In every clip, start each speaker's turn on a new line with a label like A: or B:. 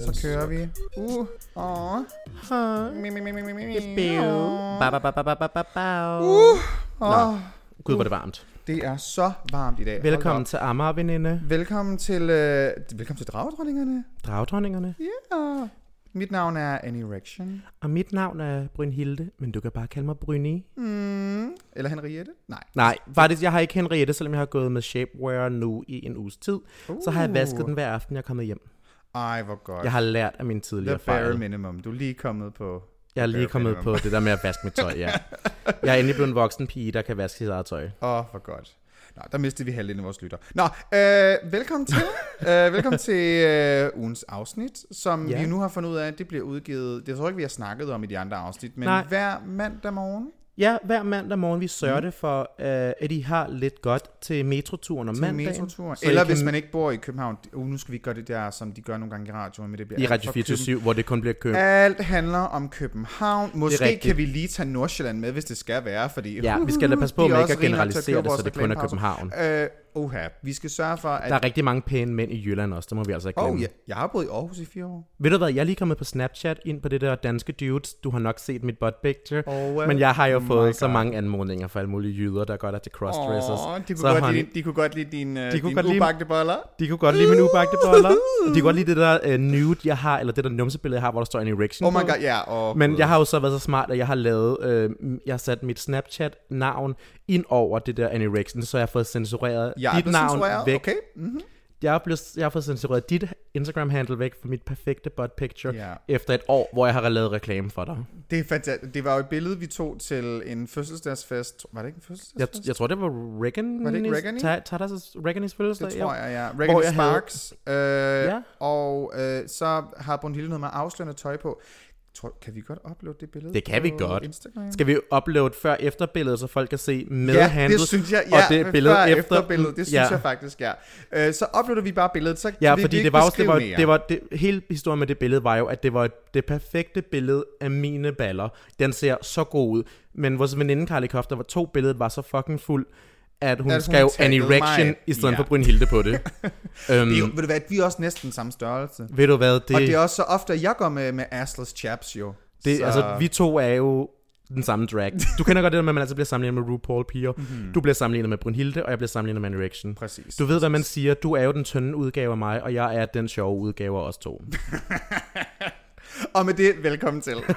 A: Så kører vi. Uh, åh. Mi, mi, mi, mi, mi, mi, mi. Åh.
B: Ba, ba, ba, ba, ba, ba, ba, ba.
A: Uh,
B: Nå.
A: åh.
B: Gud, hvor er det varmt.
A: Det er så varmt i dag. Hold da
B: Velkommen
A: op.
B: til Amager, veninde.
A: Velkommen til, øh, velkommen til Dragdronningerne.
B: Dragdronningerne.
A: Ja. Mit navn er Annie Rection.
B: Og mit navn er Brynhilde, men du kan bare kalde mig Bryni.
A: Mm. Eller Henriette? Nej.
B: Nej, faktisk, jeg har ikke Henriette, selvom jeg har gået med shapewear nu i en uges tid. Uh. Så har jeg vasket
A: Uh.
B: den hver aften, jeg er kommet hjem.
A: Ej, hvor godt.
B: Jeg har lært af mine tidligere
A: The bare
B: fejl.
A: minimum. Du er lige kommet på...
B: Jeg er lige
A: bare
B: kommet på
A: minimum.
B: det der med at vaske mit tøj, ja. Jeg er endelig blevet en voksen pige, der kan vaske sit eget tøj.
A: Åh, oh, hvor godt. Nå, der mistede vi halvdelen af vores lytter. Nå, øh, velkommen til. øh, velkommen til øh, ugens afsnit, som
B: Ja.
A: vi nu har fundet ud af, at det bliver udgivet. Det tror jeg ikke, vi har snakket om i de andre afsnit, men
B: Nej.
A: hver mandag morgen.
B: Ja, hver mandag morgen, vi sørger mm. det for, øh, at I har lidt godt til metroturen om
A: Til
B: mandagen.
A: metrotur.
B: Så I
A: Eller
B: kan-
A: hvis man ikke bor i København. Uh, nu skal vi gøre det der, som de gør nogle gange i radioen, men det bliver
B: I
A: alt
B: Radio
A: for Køben-
B: 24 hvor det kun bliver købt.
A: Alt handler om København. Måske
B: rigtigt.
A: kan vi lige tage Nordsjælland med, hvis det skal være, fordi...
B: Ja, vi skal da passe på
A: de er
B: med
A: også
B: ikke at
A: rige nok til
B: generalisere
A: købe
B: det, så
A: vores
B: det kun er
A: reklamepauser.
B: København.
A: Øh, oha. Vi skal sørge for, at...
B: Der er rigtig mange pæne mænd i Jylland også, det må vi altså ikke
A: Åh,
B: glemme.
A: oh, ja. jeg har boet i Aarhus i fire år.
B: Ved du hvad, jeg er lige kommet på Snapchat ind på det der danske dudes. Du har nok set mit butt picture.
A: Og, øh,
B: men jeg har jo
A: my
B: fået så
A: God.
B: mange anmodninger fra alle mulige jyder, der godt er til crossdressers.
A: Åh, de, kunne
B: så
A: godt
B: honey,
A: lide, de kunne godt lide din, øh,
B: De kunne
A: din
B: godt lide-
A: ubagte boller.
B: de kunne godt lide min ubagte boller. Og de kunne godt lide det der uh, nude, jeg har, eller det der numsebillede, jeg har, hvor der står en erection
A: Oh my
B: på.
A: god, ja. Oh,
B: Men jeg har jo så været så smart, at jeg har lavet, øh, jeg har sat mit Snapchat-navn ind over det der anoreksen, så jeg har fået censureret
A: jeg er
B: dit
A: blevet
B: navn
A: censureret.
B: væk.
A: Okay. Mm-hmm.
B: Jeg, er blevet, jeg har fået censureret dit Instagram-handle væk fra mit perfekte butt picture,
A: Ja.
B: efter et år, hvor jeg har lavet reklame for dig.
A: Det er fantastisk. Det var jo et billede, vi tog til en fødselsdagsfest. Var det ikke en
B: Jeg,
A: fødselsdagsfest?
B: jeg tror, det var Reagan.
A: Var det ikke Reaganis?
B: Tadas Reaganis fødselsdag?
A: det tror jeg, ja.
B: Hvor
A: Reagan
B: jeg havde-
A: Sparks. Havde... Øh,
B: Ja.
A: Og øh, så har Brunhilde noget med afslørende tøj på. Tror, kan vi godt uploade det billede
B: Det kan vi
A: på
B: godt.
A: Instagram?
B: Skal vi uploade før-efter billedet, så folk kan se med
A: ja,
B: handle?
A: det synes jeg,
B: og
A: ja,
B: det billede
A: før-
B: efter-
A: efter billedet, det synes
B: Ja.
A: jeg faktisk, ja. Øh, så uploader vi bare billedet, så
B: Ja,
A: vil vi
B: fordi
A: ikke
B: det var også, det
A: beskrive
B: var,
A: mere.
B: det var, det, hele historien med det billede var jo, at det var det perfekte billede af mine baller. Den ser så god ud. Men vores veninde, Karli Kofter, var to billedet var så fucking fuld, at hun,
A: At hun
B: skrev an
A: taggede
B: erection
A: mig.
B: i stedet
A: Ja.
B: for Brynhilde på det. øhm,
A: Det er jo- ved du hvad, vi er også næsten samme størrelse. Det...
B: ved du hvad, det,
A: Og det er også så ofte, at jeg går med, med assless chaps, jo.
B: det
A: så...
B: altså, vi to er jo den samme drag. Du kender godt det der med, at man altså bliver sammenlignet med RuPaul piger. Mm-hmm. Du bliver sammenlignet med Brynhilde, og jeg bliver sammenlignet med en erection.
A: Mhm. Præcis.
B: Du ved, hvad man siger. Du er jo den tynde udgave af mig, og jeg er den sjove udgave af os to.
A: Og med det, velkommen til.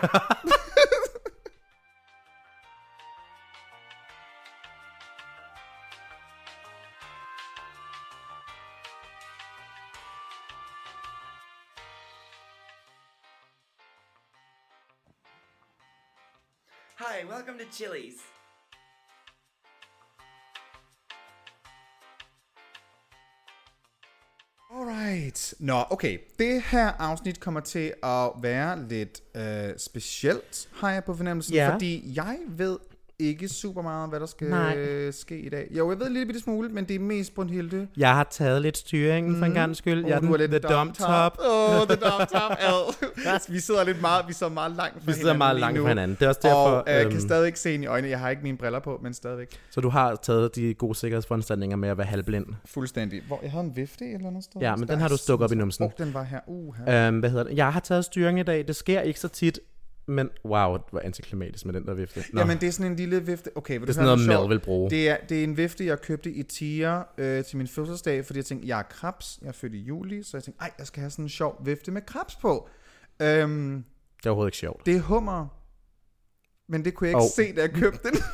C: Hi, welcome to Chili's.
A: Alright. Nå, okay. Det her afsnit kommer til at være lidt øh, specielt, har jeg på fornemmelsen.
B: Ja.
A: Fordi jeg ved ikke super meget om, hvad der skal
B: Nej.
A: øh, ske i dag. Jo, jeg ved en lille bitte smule, men det er mest Brunhilde.
B: Jeg har taget lidt styringen
A: Mm.
B: for en gang skyld. jeg er den, the dumb top.
A: Åh, oh, the dumb top. Ad. vi sidder lidt meget, vi sidder meget langt fra
B: Vi sidder meget langt fra hinanden. Det er også
A: Derfor,
B: derfor,
A: og øh, kan
B: øhm,
A: stadig ikke se ind i øjnene. Jeg har ikke mine briller på, men stadigvæk
B: så du har taget de gode sikkerhedsforanstaltninger med at være halvblind.
A: fuldstændig. Hvor, jeg havde en vifte et eller andet sted.
B: Ja, men
A: Der
B: den har
A: er
B: du stukket op i
A: sådan-
B: numsen.
A: Åh, den var her. Uh, her.
B: Øhm, hvad hedder det? Jeg har taget styringen i dag. Det sker ikke så tit, men wow, det var antiklimatisk med den der vifte. Nå,
A: Jamen, det er sådan en lille vifte. Okay, vil
B: det er
A: du
B: sådan
A: høre
B: noget,
A: sjovt?
B: Mel vil bruge.
A: Det er, det er en vifte, jeg købte i Tia øh, til min fødselsdag, fordi jeg tænkte, jeg er krabs, jeg er født i juli, så jeg tænkte, ej, jeg skal have sådan en sjov vifte med krabs på. Øhm,
B: Det er overhovedet ikke sjovt.
A: det er hummer, men det kunne jeg ikke
B: Hov.
A: oh. se, da jeg købte den.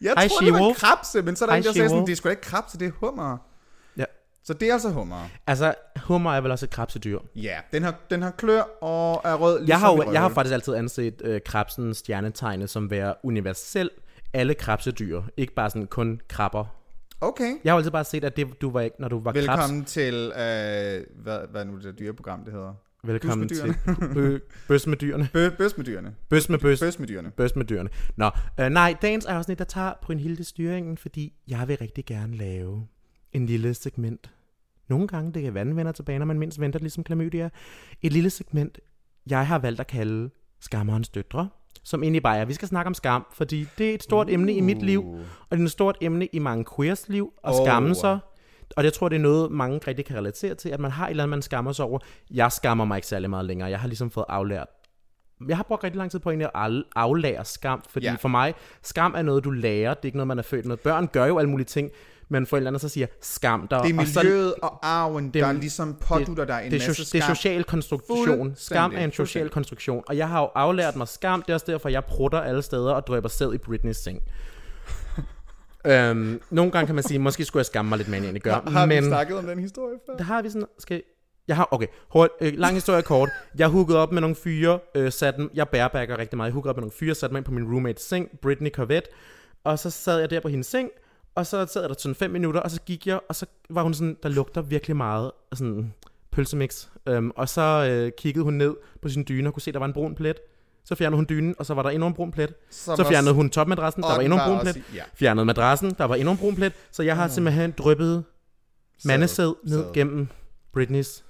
A: jeg
B: Hej,
A: tror, det var en
B: She-Wolf.
A: krabse, men så er der
B: Hej,
A: en, der sagde sådan,
B: She-Wolf.
A: det er sgu da ikke krabse, det er hummer.
B: Ja.
A: Så det er altså hummer.
B: Altså, hummer er vel også et krabsedyr.
A: Ja, den har, den har klør og er rød, ligesom
B: Jeg har, jo,
A: i
B: jeg har
A: røven.
B: faktisk altid anset øh, krabsens stjernetegnet som være universel alle krabsedyr. Ikke bare sådan kun krabber.
A: Okay.
B: Jeg har altid bare set, at det, du var ikke, når du var krabs,
A: Velkommen til, øh, hvad, hvad er nu det der dyreprogram, det hedder?
B: Velkommen
A: Bøs
B: til
A: med
B: bø, bøs med dyrene.
A: Bø, bøs med dyrene.
B: Bøs med bøs.
A: Bøs med dyrene.
B: Bøs med dyrene. Nå, øh, nej, dagens afsnit, der tager Brynhilde styringen, fordi jeg vil rigtig gerne lave en lille segment, Nogle gange det kan være, den vender tilbage, når man mindst venter, ligesom klamydia. Et lille segment, jeg har valgt at kalde Skammerens Døtre, som egentlig bare er, vi skal snakke om skam, fordi det er et stort uh. emne i mit liv, og det er et stort emne i mange queers liv, at oh. skamme
A: Åh.
B: sig. Og jeg tror, det er noget, mange rigtig kan relatere til, at man har et eller andet, man skammer sig over. Jeg skammer mig ikke særlig meget længere. Jeg har ligesom fået aflært jeg har brugt rigtig lang tid på egentlig at al- aflære skam, fordi
A: Ja.
B: ja. for mig, skam er noget, du lærer, det er ikke noget, man er født med. Børn gør jo alle mulige ting, men forældrene så siger, skam dig.
A: Det er
B: og så-
A: miljøet og arven,
B: det
A: der
B: er-
A: ligesom pådutter dig en
B: det, er
A: masse
B: so- det er
A: skam.
B: social konstruktion. Skam er en
A: Fuldstændig,
B: social
A: fuldstændig.
B: konstruktion, og jeg har jo aflært mig skam, det er også derfor, jeg prutter alle steder og drøber sæd i Britneys seng. øhm, nogle gange kan man sige, måske skulle jeg skamme mig lidt mere, end jeg egentlig gør.
A: Har vi
B: men...
A: snakket om den historie før?
B: Der har vi sådan... Skal... Jeg har, okay, Hurt, øh, lang historie kort. Jeg hookede op med nogle fyre, øh, satte dem, jeg bærbækker rigtig meget, jeg hookede op med nogle fyre, satte mig ind på min roommates seng, Britney Corvette, og så sad jeg der på hendes seng, og så sad jeg der sådan fem minutter, og så gik jeg, og så var hun sådan, der lugter virkelig meget, af sådan pølsemix. Øhm, og så øh, kiggede hun ned på sin dyne og kunne se, der var en brun plet. Så fjernede hun dynen, og så var der endnu en brun plet.
A: Som
B: så
A: var-
B: fjernede hun topmadrassen, der
A: Og
B: var
A: den
B: endnu en
A: var
B: brun
A: også
B: plet.
A: i- ja.
B: Fjernede madrassen, der var endnu en brun plet. Så jeg har simpelthen dryppet mandesæd ned
A: sæd.
B: gennem Britneys.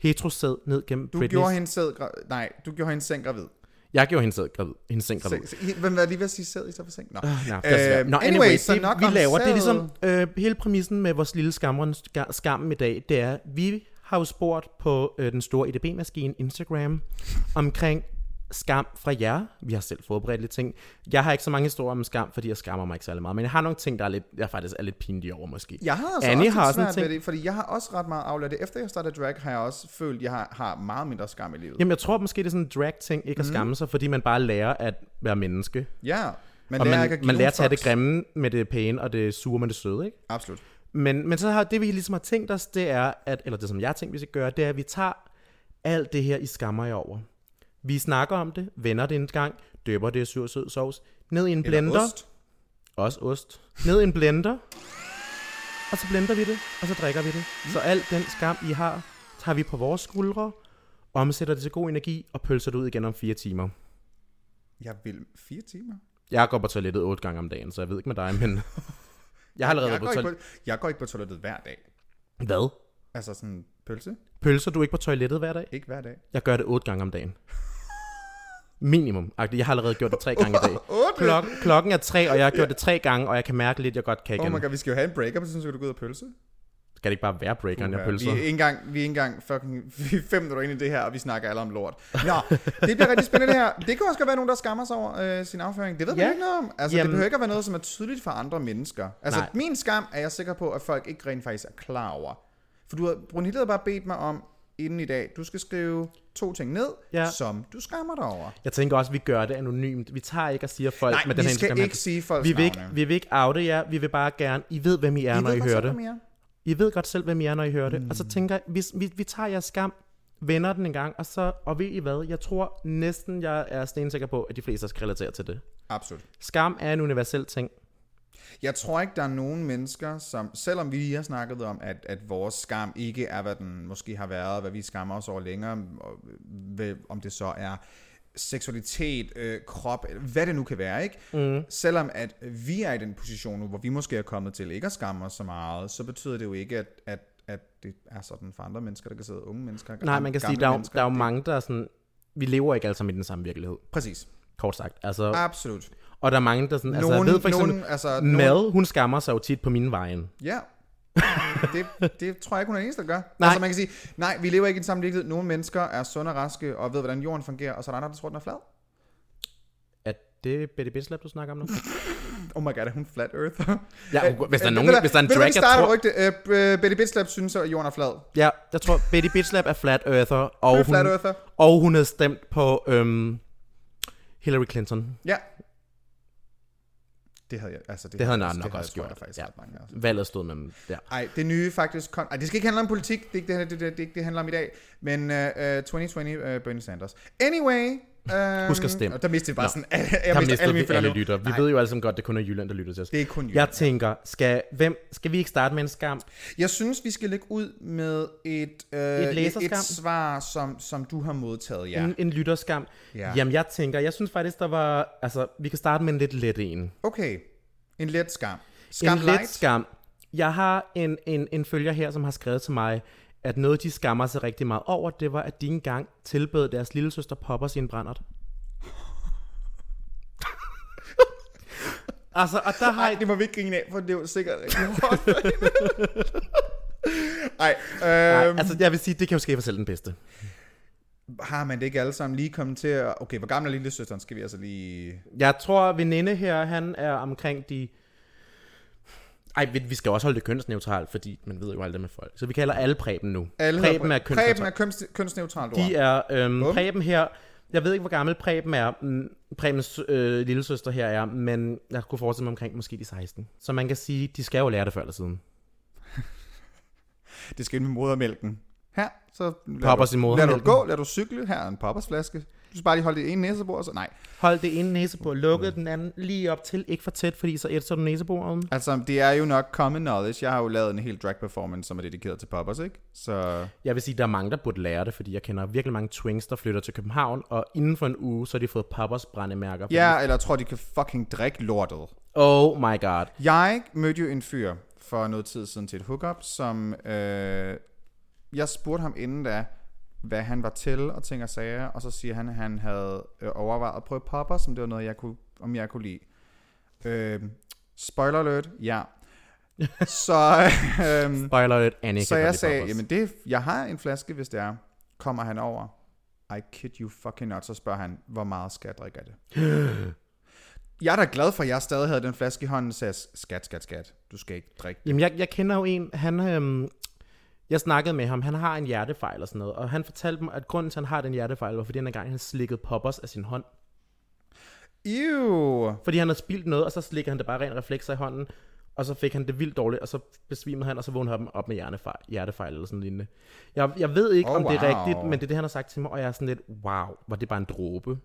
B: Heterosæd ned gennem
A: Du
B: Britneys.
A: gjorde hende sæd gra- Nej, du gjorde hende seng gravid.
B: Jeg gjorde hende sæd gravid. Hendes seng gravid.
A: Se- se- i- Hvem var lige ved at sige sæd i stedet for seng? Nå.
B: Nå, det er svært.
A: Øhm,
B: Nå, anyway,
A: anyway,
B: anyway
A: så
B: det,
A: nok
B: vi
A: om
B: laver, det er ligesom
A: sædet.
B: øh, hele præmissen med vores lille skamren, ska- skammen i dag, det er, vi har jo spurgt på øh, den store EDB-maskine Instagram omkring skam fra jer. Vi har selv forberedt lidt ting. Jeg har ikke så mange historier om skam, fordi jeg skammer mig ikke særlig meget, men jeg har nogle ting, der er lidt, jeg faktisk er lidt pinlig over måske.
A: Jeg har altså
B: Annie
A: også
B: har
A: har
B: også en
A: svært
B: ting.
A: ved det, fordi jeg har også ret meget aflært det. Efter jeg startede drag, har jeg også følt, at jeg har, har meget mindre skam i livet.
B: Jamen, jeg tror måske, det er sådan en drag-ting,
A: Mm.
B: ikke at skamme sig, fordi man bare lærer at være menneske.
A: Ja, man
B: Og
A: lærer
B: man,
A: ikke at give
B: man
A: nogen
B: lærer at tage det
A: fucks.
B: grimme med det pæne, og det sure med det søde, ikke?
A: Absolut.
B: Men, men så har det, vi ligesom har tænkt os, det er, at, eller det, som jeg har tænkt, vi skal gøre, det er, at vi tager alt det her, I skammer jer over. Vi snakker om det, vender det en gang, døber det i sur sød sovs, ned i en
A: Eller
B: blender.
A: ost.
B: Også ost. Ned i en blender. Og så blender vi det, og så drikker vi det.
A: Mm.
B: Så al den skam, I har, tager vi på vores skuldre, omsætter det til god energi og pølser det ud igen om fire timer.
A: Jeg vil fire timer.
B: Jeg går på toilettet otte gange om dagen, så jeg ved ikke med dig, men... Jeg har
A: Jeg
B: allerede været
A: går,
B: på
A: ikke
B: toilettet.
A: på, jeg går ikke på toilettet hver dag.
B: Hvad?
A: Altså sådan pølse?
B: Pølser du ikke på toilettet hver dag?
A: Ikke hver dag.
B: Jeg gør det otte gange om dagen. Minimum. Agtigt, Jeg har allerede gjort det tre gange i dag.
A: Otte?
B: Klok- klokken er tre, og jeg har gjort det tre gange, og jeg kan mærke lidt, at jeg godt kan
A: Oh
B: igen.
A: my god, vi skal jo have en breakup, så synes jeg, du gå ud og pølse.
B: Skal det ikke bare være breakeren af
A: Ja, vi
B: pølser?
A: er ikke engang, vi er ikke engang fucking vi er fem minutter inde i det her, og vi snakker alle om lort. Nå, det bliver rigtig spændende det her. Det kan også godt være nogen, der skammer sig over øh, sin afføring. Det ved man
B: Ja.
A: ikke noget om. Altså,
B: Jamen-
A: det behøver ikke at være noget, som er tydeligt for andre mennesker. Altså,
B: Nej.
A: Nej. min skam er jeg sikker på, at folk ikke rent faktisk er klar over. For du har, Brunhilde har bare bedt mig om, inden i dag, du skal skrive to ting ned,
B: Ja.
A: ja. som du skammer dig over.
B: Jeg tænker også, at vi gør det anonymt. Vi tager ikke og siger folk,
A: Nej,
B: med Altså, den
A: vi
B: her
A: skal
B: Instagram-
A: ikke sige folks
B: vi vil ikke,
A: navne.
B: vi vil ikke oute jer, vi vil bare gerne, I ved, hvem I er, I når
A: ved
B: I
A: godt
B: hører
A: selv,
B: det.
A: hvem I er.
B: I ved godt selv, hvem I er, når I hører det. Mm. Og så tænker jeg, vi, vi, vi tager jeres skam, vender den en gang, og så, og ved I hvad, jeg tror næsten, jeg er stensikker på, at de fleste af os kan relatere til det.
A: Absolut.
B: Skam er en universel ting.
A: Jeg tror ikke, der er nogen mennesker, som, selvom vi lige har snakket om, at, at vores skam ikke er, hvad den måske har været, hvad vi skammer os over længere, og, hvad, om det så er seksualitet, øh, krop, hvad det nu kan være, ikke? Mm. Selvom at vi er i den position nu, hvor vi måske er kommet til ikke at skamme os så meget, så betyder det jo ikke, at, at, at det er sådan for andre mennesker, der kan sidde unge mennesker.
B: Nej,
A: gamle-
B: man kan sige,
A: gamle
B: der er, jo-
A: mennesker.
B: der er jo mange, der er sådan... Vi lever ikke alle sammen i den samme virkelighed,
A: Præcis.
B: kort sagt. Altså, ah.
A: Absolut.
B: Og der er mange, der sådan... Altså,
A: Nogen-
B: jeg ved for eksempel,
A: nogen- altså, nogen-
B: Mad, hun skammer sig jo tit på min vejen.
A: Ja. det, det tror jeg ikke, hun er den eneste, der gør.
B: Nej.
A: Nej. Altså man kan sige, nej, vi lever ikke i den samme virkelighed. Nogle mennesker er sunde og raske og ved, hvordan jorden fungerer, og så er der andre, der tror, den er flad.
B: Er det Betty Bislap, du snakker om nu?
A: Oh my god, er hun flat earth?
B: Ja,
A: Øh,
B: hvis der er
A: øh,
B: nogen-
A: ved du
B: hvis der er en
A: hvad, ved du,
B: drag,
A: hvad,
B: jeg
A: vi starter et rygte. Øh, b- Betty Bitslap synes, at jorden er flad.
B: ja, jeg tror, Betty Bislap er flat earther,
A: Hun
B: og
A: er flat
B: hun,
A: earther.
B: og hun havde stemt på øhm, Hillary Clinton.
A: Ja. Det havde jeg, altså det,
B: Det havde jeg
A: altså,
B: nok
A: havde
B: også
A: jeg, tror jeg,
B: gjort.
A: faktisk
B: Ja.
A: ret mange af os.
B: Valget stod mellem der.
A: Ej, det nye faktisk kom... Ej, det skal ikke handle om politik, det er ikke det, det, det, det, er ikke det det handler om i dag, men uh, 2020 uh, Bernie Sanders. Anyway... Um,
B: Husk at stemme.
A: Og der mistede vi bare
B: Nå.
A: sådan... Jeg, jeg
B: Der
A: mistede
B: mistede
A: alle
B: vi
A: mine
B: alle
A: følgere nu.
B: lytter. Vi
A: Nej.
B: ved jo alle sammen godt, det kun er Jylland, der lytter til os.
A: Det er kun jul.
B: Jeg tænker, skal, hvem, skal vi ikke starte med en skam?
A: Jeg synes, vi skal lægge ud med et, øh, et,
B: læserskam.
A: et svar, som, som du har modtaget, ja.
B: En, en lytterskam?
A: Ja.
B: Jamen, jeg tænker, jeg synes faktisk, der var... Altså, vi kan starte med en lidt let en.
A: Okay, en let skam.
B: en
A: Skam
B: lidt
A: light.
B: skam. Jeg har en, en, en følger her, som har skrevet til mig, at noget, de skammer sig rigtig meget over, det var, at de ikke engang tilbød deres lille søster Poppers i en brændert. altså, og der har
A: Nej,
B: jeg...
A: det må vi ikke grine af, for det er jo sikkert ikke hårdt for hende. Ej, øh,
B: Nej, altså, jeg vil sige, det kan jo ske for selv den bedste.
A: har man det ikke alle sammen lige kommet til at... Okay, hvor gammel er lille søsteren? Skal vi altså lige...
B: Jeg tror, at veninde her, han er omkring de... Ej, vi, vi skal også holde det kønsneutralt, fordi man ved jo aldrig med folk. Så vi kalder alle Preben nu.
A: Alle hedder
B: Preben er
A: Preben. Preben
B: kønsneutralt.
A: er køns- kønsneutralt ord.
B: De er... Øhm,
A: Bum.
B: Preben her... Jeg ved ikke, hvor gammel Preben er. Mm, Prebens øh, lillesøster her er, men jeg kunne forestille mig omkring måske de 16. Så man kan sige, de skal jo lære det før eller siden.
A: Det skal ind med modermælken. Her, så lader
B: Poppers
A: du,
B: i
A: lader du
B: modermælken.
A: gå, lader du cykle. Her er en poppersflaske. Du skal bare lige holde det ene næsebord, og så nej.
B: Hold det ene næsebord lukket, den anden lige op til, ikke for tæt, fordi så ætser du næsebordet.
A: Altså, det er jo nok common knowledge. Jeg har jo lavet en hel drag performance, som er dedikeret til poppers, ikke? Så
B: Jeg vil sige, der er mange, der burde lære det, fordi jeg kender virkelig mange twins, der flytter til København, og inden for en uge, så har de fået poppers brændemærker. fordi-
A: ja, eller jeg tror, de kan fucking drikke lortet.
B: Oh my god.
A: Jeg mødte jo en fyr for noget tid siden til et hookup, som øh, jeg spurgte ham inden da, hvad han var til og ting og sager, og så siger han, at han havde øh, overvejet at prøve popper, som det var noget, jeg kunne, om jeg kunne lide. Øh, spoiler alert, ja. så øh,
B: Spoiler alert, Annie
A: så
B: kan godt
A: jeg
B: lide
A: sagde,
B: poppers.
A: jamen det, jeg har en flaske, hvis det er. Kommer han over, I kid you fucking not, så spørger han, hvor meget skal jeg drikke af det? jeg er da glad for, at jeg stadig havde den flaske i hånden, så jeg, skat, skat, skat, du skal ikke drikke.
B: Jamen, jeg, jeg kender jo en, han... Øhm, jeg snakkede med ham, han har en hjertefejl og sådan noget, og han fortalte mig, at grunden til, at han har den hjertefejl, var fordi han engang han slikkede poppers af sin hånd.
A: Ew.
B: Fordi han havde spildt noget, og så slikkede han det bare ren reflekser i hånden, og så fik han det vildt dårligt, og så besvimede han, og så vågnede han op med hjernefejl, hjertefejl eller sådan noget lignende. Jeg, jeg ved ikke,
A: Oh,
B: oh, om det er
A: wow.
B: rigtigt, men det er det, han har sagt til mig, og jeg er sådan lidt, wow, var det bare en dråbe?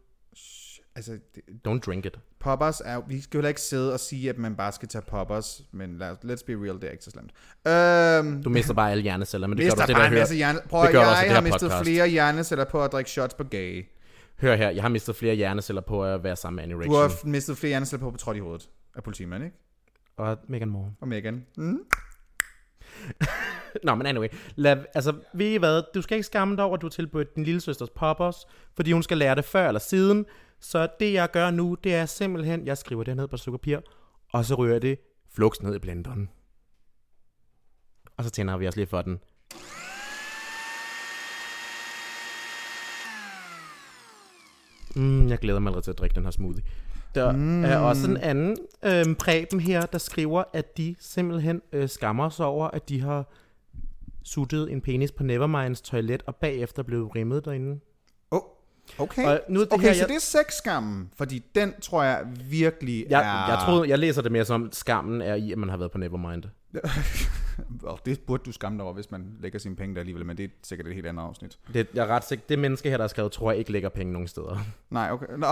A: Altså, det,
B: Don't drink it.
A: poppers er jo- vi skal jo heller ikke sidde og sige, at man bare skal tage poppers, men lad, os- let's be real, det er ikke så slemt. Øhm,
B: Du mister bare alle hjerneceller, men det
A: mister
B: gør du
A: bare
B: det,
A: en
B: der
A: masse
B: hører.
A: hjerne... Prøv
B: det
A: at
B: gør du også i
A: jeg
B: det
A: har
B: her
A: mistet
B: podcast.
A: flere hjerneceller på at drikke shots på gay.
B: Hør her, jeg har mistet flere hjerneceller på at være sammen med Annie
A: Du har
B: Rachel.
A: f- mistet flere hjerneceller på at blive trådt i hovedet af politimanden, ikke?
B: Og Megan Moore.
A: Og Megan. Mm.
B: Nå, men anyway. Lad, altså, ved I hvad? Du skal ikke skamme dig over, at du har tilbudt din lille søsters poppers, fordi hun skal lære det før eller siden. Så det, jeg gør nu, det er simpelthen, jeg skriver det ned på et stykke papir, og så rører jeg det flugs ned i blenderen. Og så tænder vi også lige for den. Mm, jeg glæder mig allerede til at drikke den her smoothie. Der mm. er også en anden øh, præben her, der skriver, at de simpelthen øh, skammer sig over, at de har suttet en penis på Neverminds toilet, og bagefter blev rimmet derinde.
A: Oh, okay.
B: Og nu er det
A: okay,
B: her,
A: så
B: jeg-
A: det er sexskammen, fordi den tror jeg virkelig
B: Jeg,
A: er...
B: ja. jeg, troede, jeg læser det mere som, skammen er i, at man har været på Nevermind.
A: Og det burde du skamme dig over, hvis man lægger sine penge der alligevel, men det er sikkert et helt andet afsnit.
B: Det, jeg er ret sikker, det menneske her, der har skrevet, tror jeg ikke lægger penge nogen steder.
A: Nej, okay. Nå.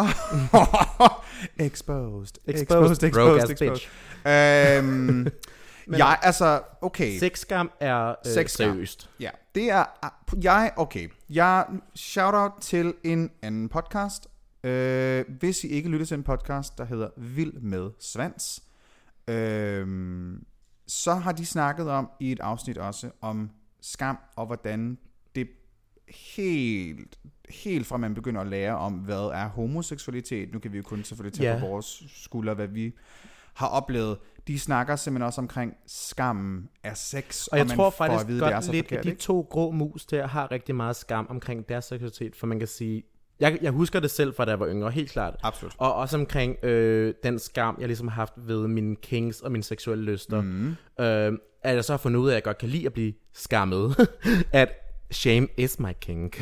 A: exposed.
B: broke ass bitch.
A: Øhm, jeg, altså, okay.
B: Sexskam er øh,
A: Sexskam.
B: seriøst.
A: Ja, det er... ah, Jeg, okay. Jeg shout-out til en anden podcast. Øh, hvis I ikke lytter til en podcast, der hedder Vild med Svans, øh, så har de snakket om i et afsnit også om skam og hvordan det helt, helt fra man begynder at lære om, hvad er homoseksualitet. Nu kan vi jo kun selvfølgelig tage
B: Ja.
A: på vores skuldre, hvad vi har oplevet. De snakker simpelthen også omkring skammen af sex.
B: Og jeg
A: man
B: tror
A: får at
B: faktisk
A: vide,
B: godt
A: det er så
B: lidt,
A: forkert,
B: at de
A: ikke?
B: to grå mus der har rigtig meget skam omkring deres seksualitet, for man kan sige, jeg, jeg husker det selv fra da jeg var yngre, helt klart.
A: Absolut.
B: Og også omkring øh, den skam, jeg ligesom har haft ved mine kings og mine seksuelle lyster. Mm. Øh, at jeg så har fundet ud af, at jeg godt kan lide at blive skammet. at shame is my kink.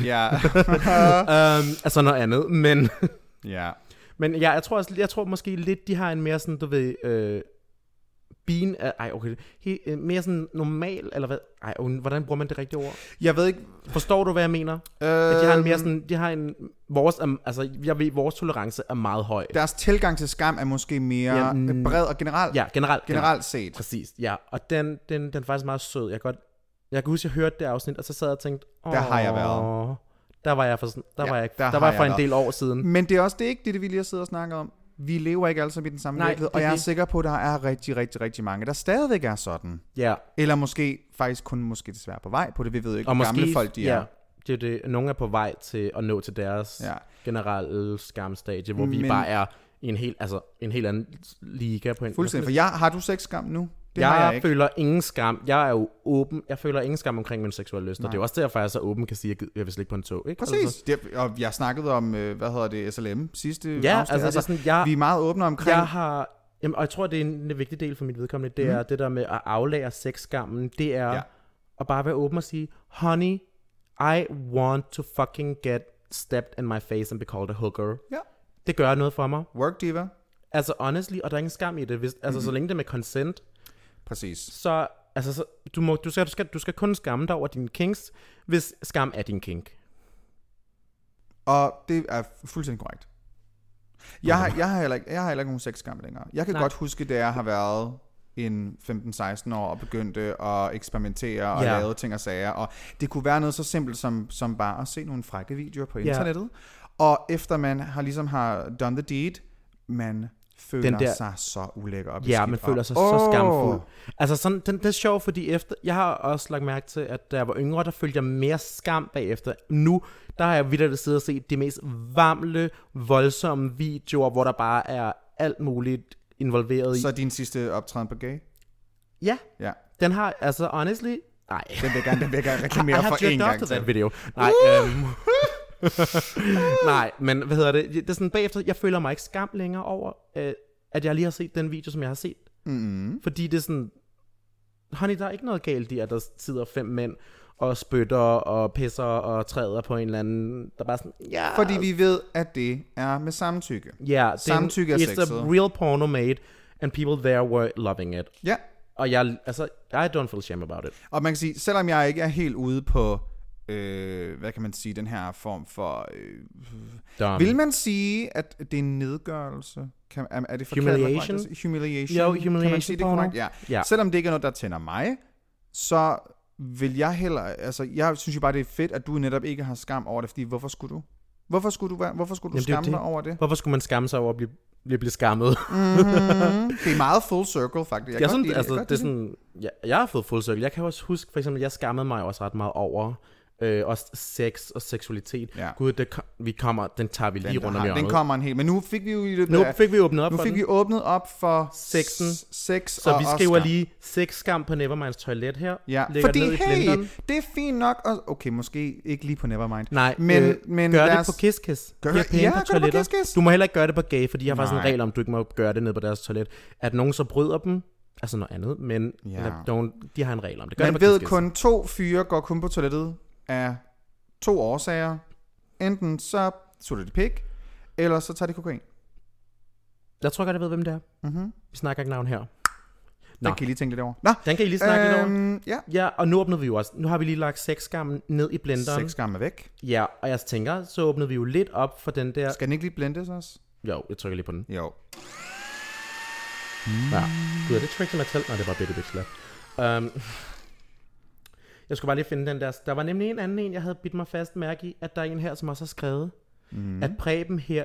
A: Ja.
B: øhm, altså noget andet, men...
A: ja.
B: Men ja, jeg tror, også, jeg tror måske lidt, de har en mere sådan, du ved, øh, bien, af- ej okay, he, øh, mere sådan normal, eller hvad, ej, øh, hvordan bruger man det rigtige ord?
A: Jeg ved ikke...
B: Forstår du, hvad jeg mener?
A: Øh,
B: At de har en mere sådan, de har en, vores, er- altså, jeg ved, vores tolerance er meget høj.
A: Deres tilgang til skam er måske mere
B: Ja,
A: Jamen,
B: mm.
A: bred og generelt,
B: Ja, generelt.
A: generelt set.
B: Præcis, ja. Og den, den, den er faktisk meget sød. Jeg kan, godt, jeg kan huske, jeg hørte det afsnit, og så sad jeg og tænkte, Åh,
A: Der har jeg været."
B: Der var jeg for, sådan, der
A: Ja,
B: var jeg,
A: der
B: der, der
A: har
B: var jeg for
A: jeg
B: en del år siden.
A: Men det er også det er ikke det, det vi lige har siddet og snakket om. vi lever ikke alle sammen i den samme
B: Nej,
A: virkelighed,
B: det er
A: og jeg er
B: det.
A: sikker på, at der er rigtig, rigtig, rigtig mange, der stadigvæk er sådan.
B: Ja,
A: Eller måske faktisk kun måske desværre på vej på det, vi ved ikke,
B: og
A: hvor
B: måske...
A: gamle folk de
B: ja,
A: er.
B: det er det. Nogle er på vej til at nå til deres
A: Ja.
B: ja. generelle skamstadie, hvor vi
A: Men-
B: bare er i en helt, altså, en helt anden liga på en
A: Fuldstændig, for jeg, har du sexskam nu? Det
B: jeg,
A: har jeg
B: jeg
A: ikke.
B: føler ingen skam. Jeg er jo åben. Jeg føler ingen skam omkring min seksuelle lyst. Og det er jo også derfor, jeg er så åben kan sige, at jeg gid- jeg vil slikke på en tog. Ikke? Altså,
A: Præcis. Det, og jeg snakkede om, øh, hvad hedder det, SLM sidste
B: Ja,
A: afsnit.
B: altså, altså, det er sådan, jeg,
A: vi er meget åbne omkring.
B: Jeg har... Jamen, og jeg tror, det er en, en vigtig del for mit vedkommende, det er det der med at aflære sexskammen. Det er
A: Ja.
B: ja. at bare være åben og sige, honey, I want to fucking get stepped in my face and be called a hooker.
A: Ja.
B: Det gør noget for mig.
A: Work diva.
B: Altså, honestly, og der er ingen skam i det. Hvis, altså, mm-hmm. så længe det er med consent,
A: Præcis.
B: så... Altså, så, du, må, du, skal, du, skal, du skal kun skamme dig over dine kinks, hvis skam er din kink.
A: Og det er fuldstændig korrekt. Jeg har, jeg har, heller, ikke, jeg har heller ikke nogen sexskam længere. Jeg kan Nej.
B: Nej.
A: godt huske, da jeg har været en 15-16 år og begyndte at eksperimentere og
B: Ja.
A: lave ting og sager. Og det kunne være noget så simpelt som, som bare at se nogle frække videoer på
B: Ja.
A: internettet. Og efter man har ligesom har done the deed, man føler
B: der-
A: der... sig så ulækker og
B: Ja,
A: beskidt
B: man
A: og-
B: føler sig oh. så
A: Åh!
B: skamfuld. Altså, sådan, den, det er sjovt, fordi efter, jeg har også lagt mærke til, at da jeg var yngre, der følte jeg mere skam bagefter. Nu, der har jeg vidt siddet og set de mest varmle, voldsomme videoer, hvor der bare er alt muligt involveret i.
A: Så din sidste optræden på gay?
B: ja,
A: Ja.
B: den har, altså, honestly, nej.
A: Den vil jeg gerne, den vil jeg gerne reklamere
B: I have
A: for en
B: jerked off
A: gang
B: to
A: til.
B: that video. Nej, øhm. nej, men hvad hedder det? Det er sådan bagefter, jeg føler mig ikke skam længere over, øh, at jeg lige har set den video, som jeg har set.
A: Mm-hmm.
B: Fordi det er sådan, honey, der er ikke noget galt i, at der sidder fem mænd og spytter og pisser og træder på en eller anden, der bare sådan, ja,
A: Fordi vi ved, at det er med samtykke.
B: ja, det
A: Samtykke er
B: er en, it's
A: sexet.
B: a real porno made, and people there were loving it.
A: Ja,
B: Og jeg, altså, I don't feel shame about it.
A: og man kan sige, selvom jeg ikke er helt ude på, øh, hvad kan man sige, den her form for... Øh,
B: Dumb.
A: vil man sige, at det er en nedgørelse? Kan, er, er det forkert?
B: Humiliation?
A: Humiliation?
B: Jo,
A: Kan
B: humiliation
A: man sige det
B: porno.
A: korrekt? Ja. ja.
B: Ja.
A: Selvom det ikke er noget, der tænder mig, så vil jeg heller... Altså, jeg synes jo bare, det er fedt, at du netop ikke har skam over det, fordi hvorfor skulle du? Hvorfor skulle du, være- hvorfor skulle du
B: Jamen, det er jo
A: skamme dig
B: det.
A: over det?
B: Hvorfor skulle man skamme sig over at blive, blive, blive skammet? Jeg
A: Det er meget full circle, faktisk. Jeg
B: det er
A: kan godt
B: sådan,
A: lide
B: altså,
A: Jeg kan godt
B: det, det er
A: lide
B: sådan, jeg, jeg har fået fuld cirkel. Jeg kan også huske, for eksempel, jeg skammede mig også ret meget over øh, også sex og seksualitet.
A: Ja.
B: Gud, det, kom- vi kommer, den tager vi lige
A: den,
B: rundt
A: der
B: om
A: har-
B: hjørnet.
A: den kommer en helt... Men nu fik vi jo i løbet
B: Nu
A: af-
B: fik vi åbnet op
A: nu
B: for
A: fik
B: den.
A: vi åbnet op for...
B: Sexen.
A: s- Sex
B: Så
A: og
B: vi
A: og
B: skriver
A: skam.
B: lige sexskam på Neverminds toilet her.
A: Ja,
B: lægger
A: fordi
B: den ned i
A: hey,
B: blenderen.
A: det er fint nok. Og, okay, måske ikke lige på Nevermind.
B: Nej,
A: men,
B: øh,
A: men
B: gør
A: lad os-
B: det på Kiss Kiss.
A: Gør-
B: De har pæne
A: ja,
B: på
A: gør det på
B: toiletter.
A: Kiss Kiss.
B: Du må heller ikke gøre det på gay, fordi jeg har faktisk en
A: Nej.
B: regel om, du ikke må gøre det ned på deres toilet. At nogen så bryder dem, altså noget andet, men
A: Ja.
B: eller don't, de har en regel om det. Gør
A: Man
B: det på
A: ved
B: Kiss Kiss.
A: kun, to fyre går kun på toilettet af to årsager. Enten så sutter de pik, eller så tager de kokain.
B: Jeg tror godt, jeg ved, hvem det er.
A: Mm-hmm.
B: Vi snakker ikke navn her. Nå.
A: Den kan I lige tænke lidt over. Nå,
B: Den kan I lige snakke lidt over.
A: øhm, ja.
B: Ja, og nu åbnede vi jo også. Nu har vi lige lagt sexskammen ned i blenderen.
A: Sex er væk.
B: Ja, og jeg tænker, så åbnede vi jo lidt op for den der...
A: Skal den ikke lige blendes os?
B: Jo, jeg trykker lige på den.
A: Jo.
B: Ja. Gud, er det trickede mig til. Nej, det var Betty Bitch Lab. Um, jeg skulle bare lige finde den der. Der var nemlig en anden en, jeg havde bidt mig fast mærke i, at der er en her, som også har skrevet,
A: Mm-hmm.
B: mm. at Preben her,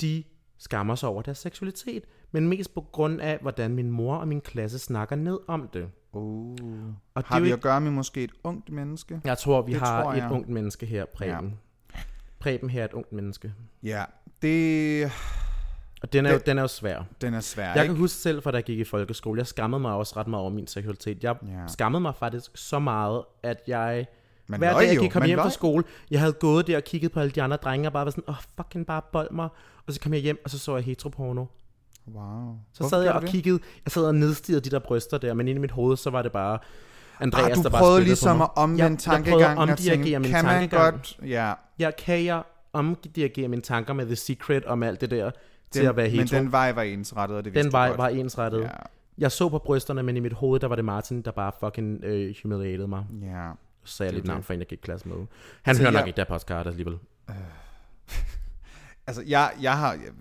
B: de skammer sig over deres seksualitet, men mest på grund af, hvordan min mor og min klasse snakker ned om det.
A: Uh.
B: Og det
A: Har
B: er jo
A: vi
B: ikke-
A: at gøre med måske et ungt menneske?
B: Jeg tror, vi
A: Det
B: har
A: tror
B: et
A: jeg.
B: ungt menneske her, Preben. Preben her er et ungt menneske.
A: Ja, det...
B: Og den er, jo, den er jo svær.
A: Den er svær,
B: Jeg
A: ikke?
B: kan huske selv, fra da jeg gik i folkeskole, jeg skammede mig også ret meget over min seksualitet. Jeg
A: Ja.
B: skammede mig faktisk så meget, at jeg...
A: Man
B: hver
A: løj
B: dag, jeg
A: jo.
B: gik kom
A: Man
B: hjem
A: løj.
B: fra skole, jeg havde gået der og kigget på alle de andre drenge, og bare var sådan, åh, oh, fucking bare bold mig. Og så kom jeg hjem, og så så jeg heteroporno.
A: Wow.
B: Så sad jeg og kiggede, jeg sad og nedstirrede de der bryster der, men inde i mit hoved, så var det bare Andreas,
A: Ah, du
B: der bare
A: prøvede
B: spyttede
A: ligesom
B: på
A: at
B: mig.
A: omvende
B: Jeg- jeg prøvede at
A: tankegangen og
B: omdirigere
A: tænke,
B: min
A: kan man
B: tankegang.
A: godt... Ja,
B: Jeg kan jeg omdirigere mine tanker med The Secret om alt det der, den, til at være
A: den, men
B: hetero.
A: den vej var ensrettet, og det vidste
B: Den vej
A: du
B: var
A: godt.
B: ensrettet.
A: Ja.
B: Jeg så på brysterne, men i mit hoved, der var det Martin, der bare fucking øh, humiliated mig.
A: Ja.
B: Så sagde jeg
A: Det er
B: lidt
A: det.
B: navn for en, jeg gik i klasse med. Han
A: Så
B: hører
A: jeg-
B: nok ikke der podcast alligevel.
A: Altså, jeg, jeg har... Jeg,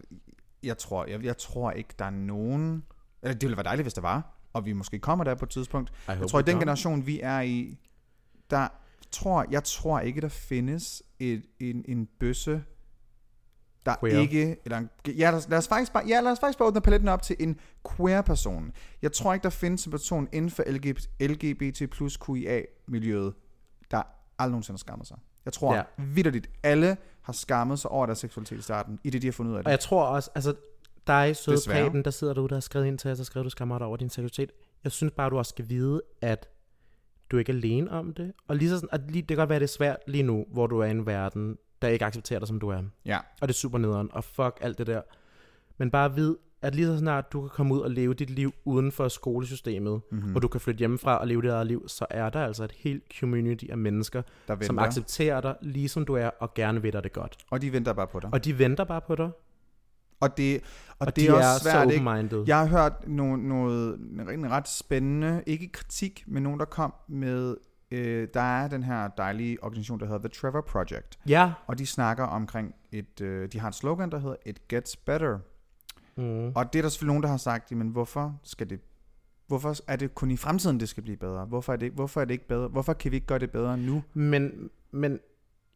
A: jeg, tror, jeg, jeg tror ikke, der er nogen... Eller det ville være dejligt, hvis der var, og vi måske kommer der på et tidspunkt. Jeg
B: hope
A: tror, i
B: we
A: den
B: come.
A: generation, vi er i, der tror... Jeg tror ikke, der findes et, en, en bøsse der
B: Queer.
A: queer. ikke... Eller, en- ja, lad os, lad os faktisk bare, ja, lad os faktisk bare åbne paletten op til en queer-person. Jeg tror ikke, der findes en person inden for LGBT plus QIA-miljøet, der aldrig nogensinde skammer sig. Jeg tror
B: Ja.
A: ja. vidderligt, alle har skammet sig over deres seksualitet i starten, i det, de har fundet ud af
B: Og
A: det.
B: jeg tror også, altså dig, søde
A: Desværre.
B: Preben, der sidder derude, der har skrevet ind til os og skrevet, du skammer dig over din seksualitet. Jeg synes bare, du også skal vide, at du ikke er alene om det. Og lige så sådan, at lige, det kan godt være, det er svært lige nu, hvor du er i en verden, der ikke accepterer dig, som du er.
A: Ja,
B: Og det er super nederen, og fuck alt det der. Men bare vid, at lige så snart du kan komme ud og leve dit liv uden for skolesystemet,
A: Mhm.
B: mm-hmm. og du kan flytte hjemmefra og leve dit eget liv, så er der altså et helt community af mennesker,
A: der venter.
B: som accepterer dig, ligesom du er, og gerne vil dig det godt.
A: Og de venter bare på dig. Og,
B: Og de venter bare på dig,
A: og, det, og,
B: og
A: det
B: de
A: er
B: er,
A: også svært,
B: så
A: ikke?
B: open-minded.
A: Jeg har hørt no, noget, en ret spændende, ikke kritik, men nogen, der kom med, øh, der er den her dejlige organisation, der hedder The Trevor Project,
B: Ja.
A: og de snakker omkring et, øh, de har et slogan, der hedder It Gets Better.
B: Mm.
A: Og det er der selvfølgelig nogen, der har sagt, men hvorfor skal det Hvorfor er det kun i fremtiden, det skal blive bedre? Hvorfor er det, hvorfor er det ikke bedre? Hvorfor kan vi ikke gøre det bedre nu?
B: Men, men,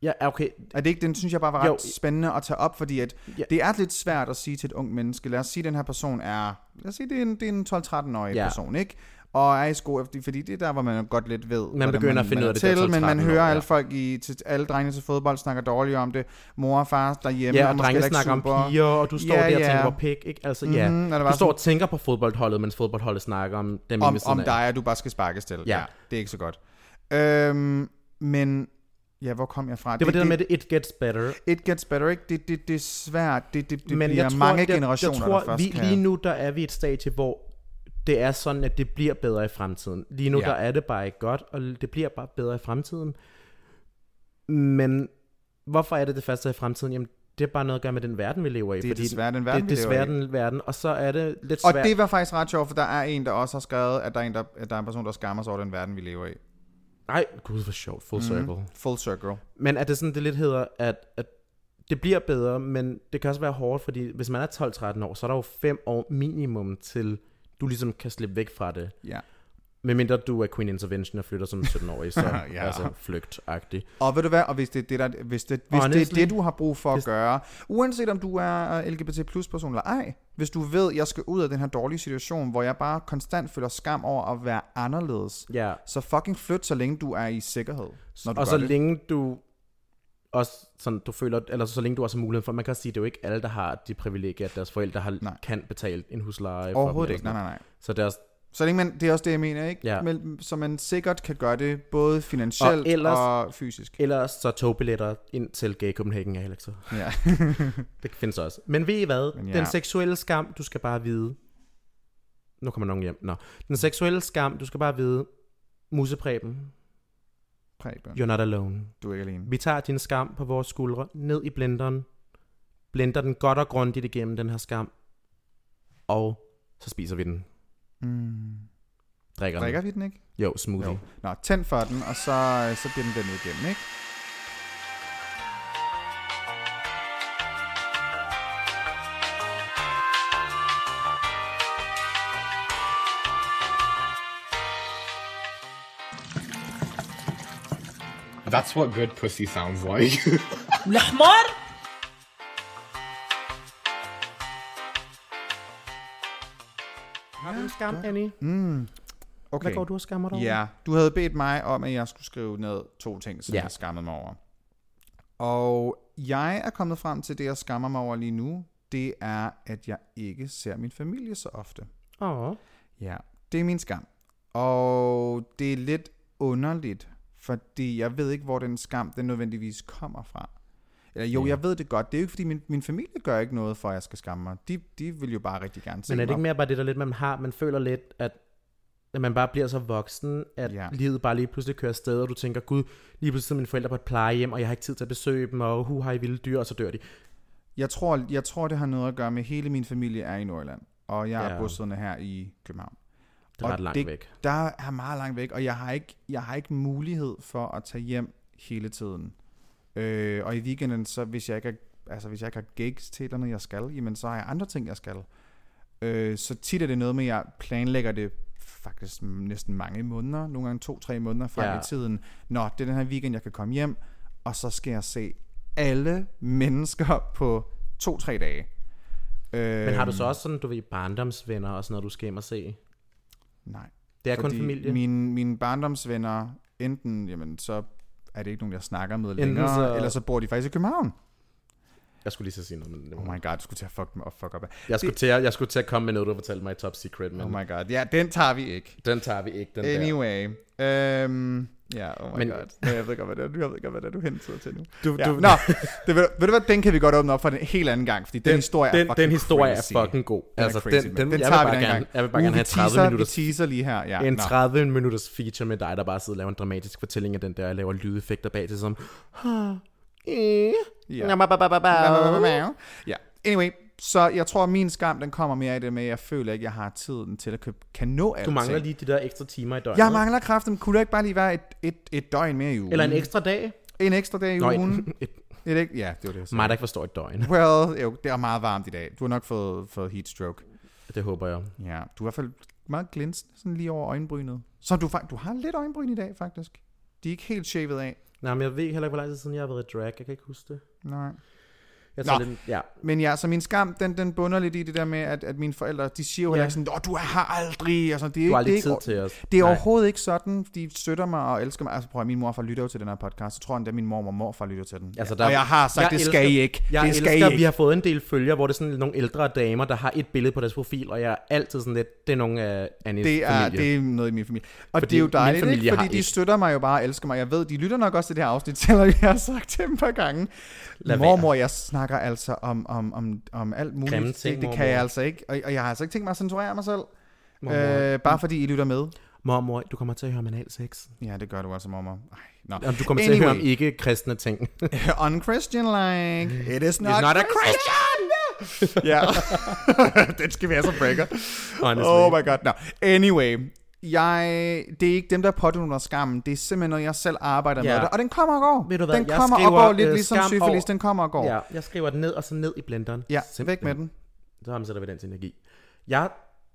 B: ja, okay,
A: Er det ikke, den synes jeg bare var ret
B: Jo.
A: jo. spændende at tage op, fordi at
B: Ja.
A: ja. det er lidt svært at sige til et ung menneske, lad os sige, at den her person er, lad os sige, det er en, det er en 12-13-årig
B: Ja.
A: ja. person, ikke? Og er i sko, fordi- fordi det er der, hvor man godt lidt ved, hvordan
B: begynder at finde
A: man er
B: ud af det der
A: til, men
B: 12-13
A: man
B: år,
A: hører
B: ja.
A: alle folk i, til, alle drengene til fodbold snakker dårligt om det, mor og far derhjemme,
B: ja,
A: er
B: og
A: måske
B: drenge
A: heller ikke
B: snakker
A: super.
B: om piger, og du står
A: Ja,
B: der og
A: ja.
B: tænker på pik, ikke? Altså, ja.
A: Mhm, når det var
B: Du står og tænker på fodboldholdet, mens fodboldholdet snakker om dem inde
A: om,
B: ved siden
A: om
B: af.
A: dig, at du bare skal sparkes til.
B: Ja.
A: Ja. ja. Det er ikke så godt. Øhm, men, ja, hvor kom jeg fra?
B: Det var det, der med, det it gets better.
A: It gets better, ikke? Det, det, det er svært. Det, det, det
B: Men
A: bliver
B: jeg tror,
A: mange
B: jeg,
A: generationer,
B: jeg tror,
A: der først
B: vi,
A: kan...
B: lige nu, der er vi i et stadie, hvor det er sådan, at det bliver bedre i fremtiden. Lige nu, ja.
A: Ja.
B: der er det bare ikke godt, og det bliver bare bedre i fremtiden. Men hvorfor er det det første i fremtiden? Jamen, det er bare noget at gøre med den verden, vi lever i.
A: Det er desværre den verden,
B: det er
A: vi lever
B: desværre
A: i.
B: den verden, og så er det lidt
A: Og
B: svært.
A: det var faktisk ret sjovt, for der er en, der også har skrevet, at der er en, der, at der er en person, der skammer sig over den verden, vi lever i.
B: Nej, gud, hvor sjovt. Full circle.
A: Full circle.
B: Men at det sådan, det lidt hedder, at, at det bliver bedre, men det kan også være hårdt, fordi hvis man er 12-13 år, så er der jo 5 år minimum til, du ligesom kan slippe væk fra det.
A: Ja.
B: Medmindre du er Queen Intervention og flytter som 17-årig, så ja.
A: Ja.
B: altså flygtagtig.
A: Og ved du hvad, og hvis det er det, der, hvis det, hvis det, er
B: Honestly.
A: det du har brug for
B: Hvis-
A: at gøre, uanset om du er øh, LGBT plus person eller ej, hvis du ved, jeg skal ud af den her dårlige situation, hvor jeg bare konstant føler skam over at være anderledes,
B: Ja.
A: så fucking flyt, så længe du er i sikkerhed, når du
B: Og
A: gør
B: så
A: det.
B: længe du også sådan, du føler, eller så længe du også har muligheden for, man kan også sige, det er jo ikke alle, der har de privilegier, at deres forældre har,
A: Nej.
B: kan betale en husleje.
A: Overhovedet
B: for
A: ikke, nej, nej, nej.
B: Så deres,
A: Så længe man, det er også det, jeg mener, ikke?
B: Ja.
A: Men, så man sikkert kan gøre det, både finansielt og,
B: ellers-
A: ellers... og fysisk.
B: ellers så togbilletter ind til Gay Copenhagen er heller ikke så
A: Ja.
B: Det findes også. Men ved I hvad? Men
A: Men
B: ja.
A: ja.
B: Den seksuelle skam, du skal bare vide. Nu kommer nogen hjem. Nå. Den seksuelle skam, du skal bare vide. Musepræben,
A: Preben,
B: you're not alone.
A: du er ikke alene.
B: Vi tager din skam på vores skuldre, ned i blenderen. Blender den godt og grundigt igennem den her skam. Og så spiser vi den.
A: Mm.
B: Drikker,
A: Drikker
B: den.
A: vi den ikke?
B: Jo, smoothie.
A: Jo.
B: Jo.
A: Nå, tænd for den, og så, øh, så bliver den vendt igennem, ikke?
D: That's what good pussy sounds like.
E: الحمار
B: Har du en skam, Annie?
A: Mm. Okay.
B: Hvad går du og skammer dig over?
A: Ja, du havde bedt mig om, at jeg skulle skrive ned to ting, som
B: Ja.
A: ja. jeg skammede mig over. Og jeg er kommet frem til det, jeg skammer mig over lige nu. Det er, at jeg ikke ser min familie så ofte.
B: Åh.
A: Ja, det er min skam. Og det er lidt underligt, fordi jeg ved ikke, hvor den skam, den nødvendigvis kommer fra. Eller jo, jeg ved det godt. Det er jo ikke, fordi min, min familie gør ikke noget for, at jeg skal skamme mig. De, de vil jo bare rigtig gerne se
B: Men er det
A: mig.
B: ikke mere bare det der lidt, man har, man føler lidt, at, at man bare bliver så voksen, at ja.
A: Ja.
B: livet bare lige pludselig kører afsted, og du tænker, gud, lige pludselig sidder mine forældre på et plejehjem, og jeg har ikke tid til at besøge dem, og hu har I vilde dyr, og så dør de.
A: Jeg tror, jeg tror, det har noget at gøre med, at hele min familie er i Nordjylland, og jeg
B: Ja.
A: er bosiddende her i København.
B: Det er
A: Og
B: ret langt
A: det-
B: væk.
A: Der er meget langt væk, og jeg har ikke, jeg har ikke mulighed for at tage hjem hele tiden. Øh, og i weekenden, så hvis jeg ikke har, altså, hvis jeg ikke har gigs til et eller andet, jeg skal, jamen, så har jeg andre ting, jeg skal. Øh, så tit er det noget med, at jeg planlægger det faktisk næsten mange måneder, nogle gange to-tre måneder frem
B: Ja.
A: ja. i tiden. Nå, det er den her weekend, jeg kan komme hjem, og så skal jeg se alle mennesker på to-tre dage. Øh,
B: Men har du så også sådan, du ved, barndomsvenner og sådan noget, du skal hjem og se?
A: Nej.
B: Det er kun
A: Fordi
B: familie.
A: Mine, mine barndomsvenner, enten, jamen, så er det ikke nogen, jeg snakker med
B: Enten
A: længere,
B: så-
A: så... eller så bor de faktisk i København.
B: Jeg skulle lige så sige noget, men det var
A: Oh my god, du skulle til at fuck mig op, fuck op.
B: Jeg skulle, til at, jeg skulle til at komme med noget, du fortalte mig i Top Secret, men
A: Oh
B: oh
A: my god, ja, den tager vi ikke.
B: den tager vi ikke, den der.
A: Anyway. Øhm, ja, oh my
B: Men-
A: Men, god. Ja, Jeg ved godt, hvad det er, jeg ved godt, hvad det er, du hentyder til nu.
B: Du-
A: ja.
B: du-
A: Nå, det, ved, ved du hvad, den kan vi godt åbne op for en helt anden gang, fordi den, den historie er
B: den,
A: fucking
B: den historie
A: crazy.
B: er fucking god.
A: Den altså, er crazy, den, den, den tager
B: jeg vil
A: vi
B: bare
A: den
B: gerne,
A: gang.
B: jeg vil bare
A: Uh,
B: gerne
A: vi
B: have 30
A: teaser,
B: minutters,
A: Vi teaser lige her, ja.
B: en
A: nå.
B: 30 minutters feature med dig, der bare sidder og laver en dramatisk fortælling af den der, og laver lydeffekter bag til som... "Ah, eh,
A: Ja.
B: na, ba, ba, ba, ba, ba."
A: Ja, anyway. Så jeg tror, at min skam, den kommer mere i det med, at jeg føler ikke, at jeg har tiden til at købe, kan nå alt.
B: Du mangler lige de der ekstra timer i døgnet.
A: Jeg mangler kraften. Kunne det ikke bare lige være et, et, et døgn mere i ugen?
B: Eller en ekstra dag.
A: en ekstra dag i
B: Nå, et,
A: ugen?
B: et,
A: Et, ek- ja, det var det, jeg sagde.
B: mig, der ikke forstår et døgn.
A: Well, jo, det er meget varmt i dag. Du har nok fået, fået heat stroke.
B: Det håber jeg.
A: Ja, du er i hvert fald meget glinsende sådan lige over øjenbrynet. Så du, fak- du har lidt øjenbryn i dag, faktisk. De er ikke helt shavet af.
B: Nej, men jeg ved heller ikke, hvor lang tid siden jeg har været i drag. Jeg kan ikke huske det.
A: Nej.
B: Jeg
A: Nå.
B: tror, det, ja.
A: Men ja, så min skam, den, den bunder lidt i det der med, at, at mine forældre, de siger jo
B: Ja.
A: ja. ikke sådan, åh, du er her aldrig, og sådan. Det er,
B: Du har
A: ikke- det er
B: aldrig
A: ikke,
B: tid til os.
A: Det er
B: Nej.
A: overhovedet ikke sådan. De støtter mig og elsker mig. Altså prøv at høre, min morfar lytter jo til den her podcast. Så tror han, at min mor og morfar lytter til den.
B: Altså,
A: Altså,
B: der-
A: der, og jeg har sagt,
B: jeg
A: jeg det skal
B: elsker-
A: I ikke.
B: Jeg
A: det skal
B: elsker,
A: I
B: at vi
A: ikke.
B: har fået en del følgere, hvor det er sådan nogle ældre damer, der har et billede på deres profil, og jeg er altid sådan lidt, det er nogle af Annies
A: Det er,
B: familie.
A: det er noget i min familie. Og
B: Fordi
A: det er jo
B: min
A: dejligt,
B: familie
A: ikke?
B: har
A: fordi de
B: ikke.
A: støtter mig jo bare og elsker mig. Jeg ved, de lytter nok også til det her afsnit, selvom jeg har sagt til dem et par gange.
B: Lad
A: Mormor, jeg snakker altså om, om, om, om alt muligt.
B: Grimme ting,
A: det, det
B: mormor.
A: kan jeg altså ikke. Og, og jeg har altså ikke tænkt mig at censurere mig selv.
B: Mormor.
A: Øh, bare fordi I lytter med.
B: Mormor, du kommer til at høre om anal sex.
A: Ja, det gør du altså, mormor. Ej, nå.
B: Om du kommer til at høre om ikke-kristne ting.
A: unchristian-like. It is not,
B: Mm. not a
A: Christian! ja. Den skal være så breaker.
B: Honestly.
A: Oh my god. No. Anyway. Jeg, det er ikke dem, der pådømmer skammen. Det er simpelthen noget, jeg selv arbejder
B: Ja.
A: med. det, Og den kommer og går.
B: Ved du hvad,
A: den
B: jeg
A: kommer
B: skriver,
A: og går lidt
B: øh,
A: ligesom
B: skam
A: syfilis.
B: over-
A: Den kommer og går.
B: Ja, jeg skriver den ned, og så ned i blenderen.
A: ja væk
B: Simpelthen.
A: med den.
B: Så omsætter vi den til energi. Jeg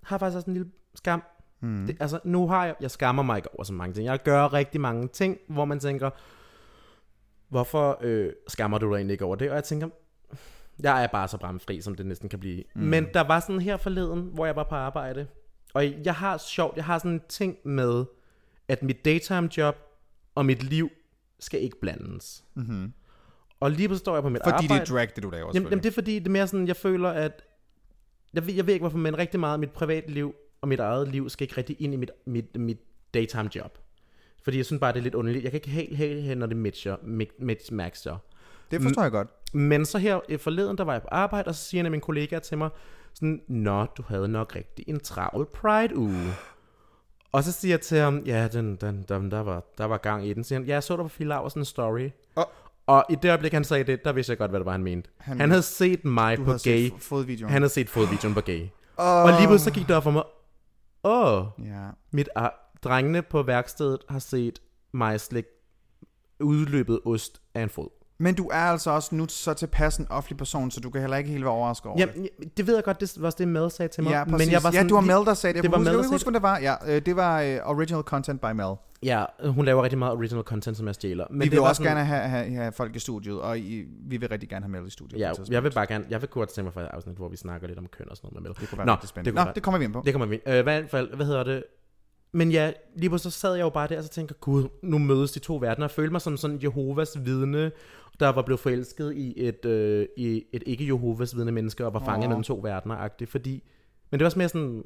B: har faktisk også en lille skam. Mm. Det, altså, nu har jeg... Jeg skammer mig ikke over så mange ting. Jeg gør rigtig mange ting, hvor man tænker, hvorfor øh, skammer du dig egentlig ikke over det? Og jeg tænker, jeg er bare så bramfri, som det næsten kan blive. Mm. Men der var sådan her forleden, hvor jeg var på arbejde. Og jeg har sjovt, jeg har sådan en ting med, at mit daytime job og mit liv skal ikke blandes. Mm-hmm. Og lige pludselig står jeg på mit
A: Fordi
B: arbejde.
A: det er drag, det du laver.
B: Jamen, jamen, det er fordi, det er mere sådan, jeg føler, at... Jeg ved, jeg ved ikke, hvorfor, men rigtig meget af mit privatliv og mit eget liv skal ikke rigtig ind i mit, mit, mit daytime job. Fordi jeg synes bare, det er lidt underligt. Jeg kan ikke helt, helt hen, når det matcher, mit- mit- matcher.
A: det forstår
B: mm.
A: jeg godt.
B: Men så her øh, forleden, der var jeg på arbejde, og så siger en af mine kollegaer til mig, sådan, Nå, du havde nok rigtig en travl Pride-uge. Og så siger jeg til ham, ja, den, den, den, der, var, der var gang i den. Så siger han, ja, jeg så dig på Fie sådan en story.
A: Og
B: Og i det øjeblik, han sagde det, der vidste jeg godt, hvad det var, han mente. Han, han havde set mig
A: du
B: på
A: har
B: gay.
A: set f- fodvideoen.
B: Han havde set fodvideoen på gay. Oh. Og lige pludselig så gik det op for mig, åh, oh,
A: Ja.
B: mit ar- drengene på værkstedet har set mig slik udløbet ost af en fod.
A: Men du er altså også nu så tilpas en offentlig person, så du kan heller ikke helt være overrasket over det.
B: Jamen, det ved jeg godt, det var også det, Mel sagde til mig.
A: Ja, præcis.
B: men jeg var sådan,
A: ja, du har
B: lige-
A: Mel, der sagde det. Jeg det
B: det var
A: huske,
B: Mel, der
A: jeg kan
B: sagde
A: huske, hvad det var. Ja, øh, det var øh, original content by Mel.
B: Ja, hun laver rigtig meget original content, som jeg stjæler. Men
A: Vi
B: det
A: vil
B: var
A: også
B: sådan,
A: gerne have, have, have folk i studiet, og I, vi vil rigtig gerne have Mel i studiet. på et
B: Ja,
A: tidspunkt.
B: jeg vil bare gerne, jeg vil godt tænke mig for et afsnit, hvor vi snakker lidt om køn og sådan noget med Mel. Det
A: kunne være rigtig spændende.
B: kunne
A: Nå, det kommer vi ind på.
B: Det kommer vi. Øh, hvad, hvad, hvad hedder det? Men ja, lige pludselig så sad jeg jo bare der, og så tænker gud, nu mødes de to verdener. Jeg følte mig som sådan Jehovas vidne, der var blevet forelsket i et, øh, i et ikke-Jehovas vidne menneske, og var fanget mellem to verdener-agtigt, fordi... Men det var også mere sådan,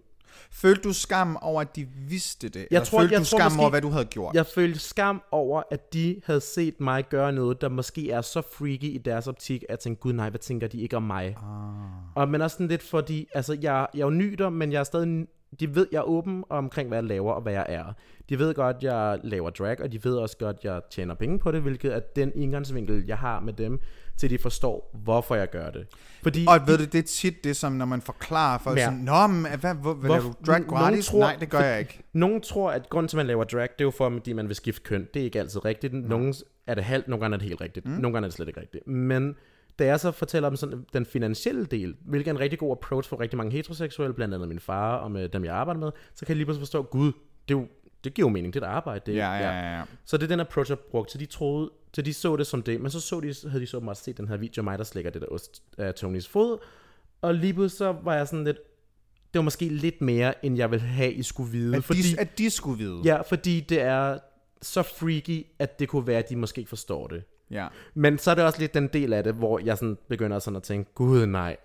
A: Følte du skam over, at de vidste det? Eller
B: tror-
A: følte
B: jeg
A: du
B: tror
A: skam
B: måske-
A: over, hvad du havde gjort?
B: jeg følte skam over, at de havde set mig gøre noget, der måske er så freaky i deres optik, at jeg tænkte, gud nej, hvad tænker de ikke om mig? Ah. Og, men også sådan lidt fordi, altså jeg, jeg er jo ny der, men jeg er stadig, de ved, jeg er åben omkring, hvad jeg laver og hvad jeg er. De ved godt, jeg laver drag, og de ved også godt, jeg tjener penge på det, hvilket er den indgangsvinkel, jeg har med dem, til de forstår, hvorfor jeg gør det. Fordi
A: Og ved du, det er tit det, som når man forklarer folk
B: Ja.
A: sådan, Nå, men hvad, hvor, hvad
B: Hvor-
A: laver du drag
B: nogen
A: gratis?
B: tror-
A: Nej, det gør jeg ikke.
B: Nogen tror, at grunden til, at man laver drag, det er jo for, fordi man vil skifte køn. Det er ikke altid rigtigt. Nogle er det halvt, nogle gange er det helt rigtigt. Mm. Nogle gange er det slet ikke rigtigt. Men da jeg så fortæller om sådan, den finansielle del, hvilket er en rigtig god approach for rigtig mange heteroseksuelle, blandt andet min far og med dem, jeg arbejder med, så kan jeg lige pludselig forstå, gud, det er jo det giver jo mening, det er et arbejde. Det, er-
A: Ja, ja, ja, ja.
B: Så det er den approach, jeg brugte, så de troede, så de så det som det, men så, så de, havde de så meget set den her video af mig, der slikker det der ost af Tonys fod, og lige pludselig så var jeg sådan lidt, det var måske lidt mere, end jeg ville have, I skulle vide,
A: At, fordi, de, at de skulle vide.
B: ja, fordi det er så freaky, at det kunne være, at de måske ikke forstår det.
A: ja.
B: Men så er det også lidt den del af det, hvor jeg sådan begynder sådan at tænke, gud nej.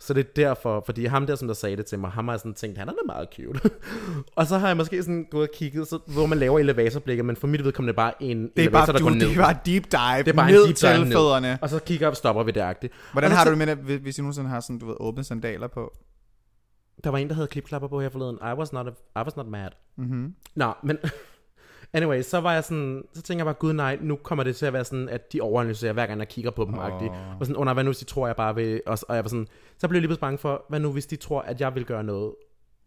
B: Så det er derfor, fordi ham der, som der sagde det til mig, ham har jeg sådan tænkt, han er da meget cute. og så har jeg måske sådan gået og kigget, så, hvor man laver elevatorblikket, men for mit vedkommende er det bare en
A: Det er
B: elevator,
A: bare,
B: der
A: du,
B: går ned.
A: det er bare deep dive
B: Det er bare
A: ned
B: en deep dive
A: til
B: ned.
A: fødderne.
B: Og så kigger jeg op og stopper ved det agtigt.
A: Hvordan har du det med det, hvis- hvis du nogensinde har sådan, du ved, åbne sandaler på?
B: Der var en, der havde klipklapper på her forleden. I was not, a, I was not mad. Mm-hmm. Nå, men... Anyway, så var jeg sådan, så tænker jeg bare, gud nej, nu kommer det til at være sådan, at de overanalyserer hver gang, jeg kigger på dem, oh. og sådan, under hvad nu, hvis de tror, jeg bare vil, og, og jeg var sådan, så blev jeg lige pludselig bange for, hvad nu, hvis de tror, at jeg vil gøre noget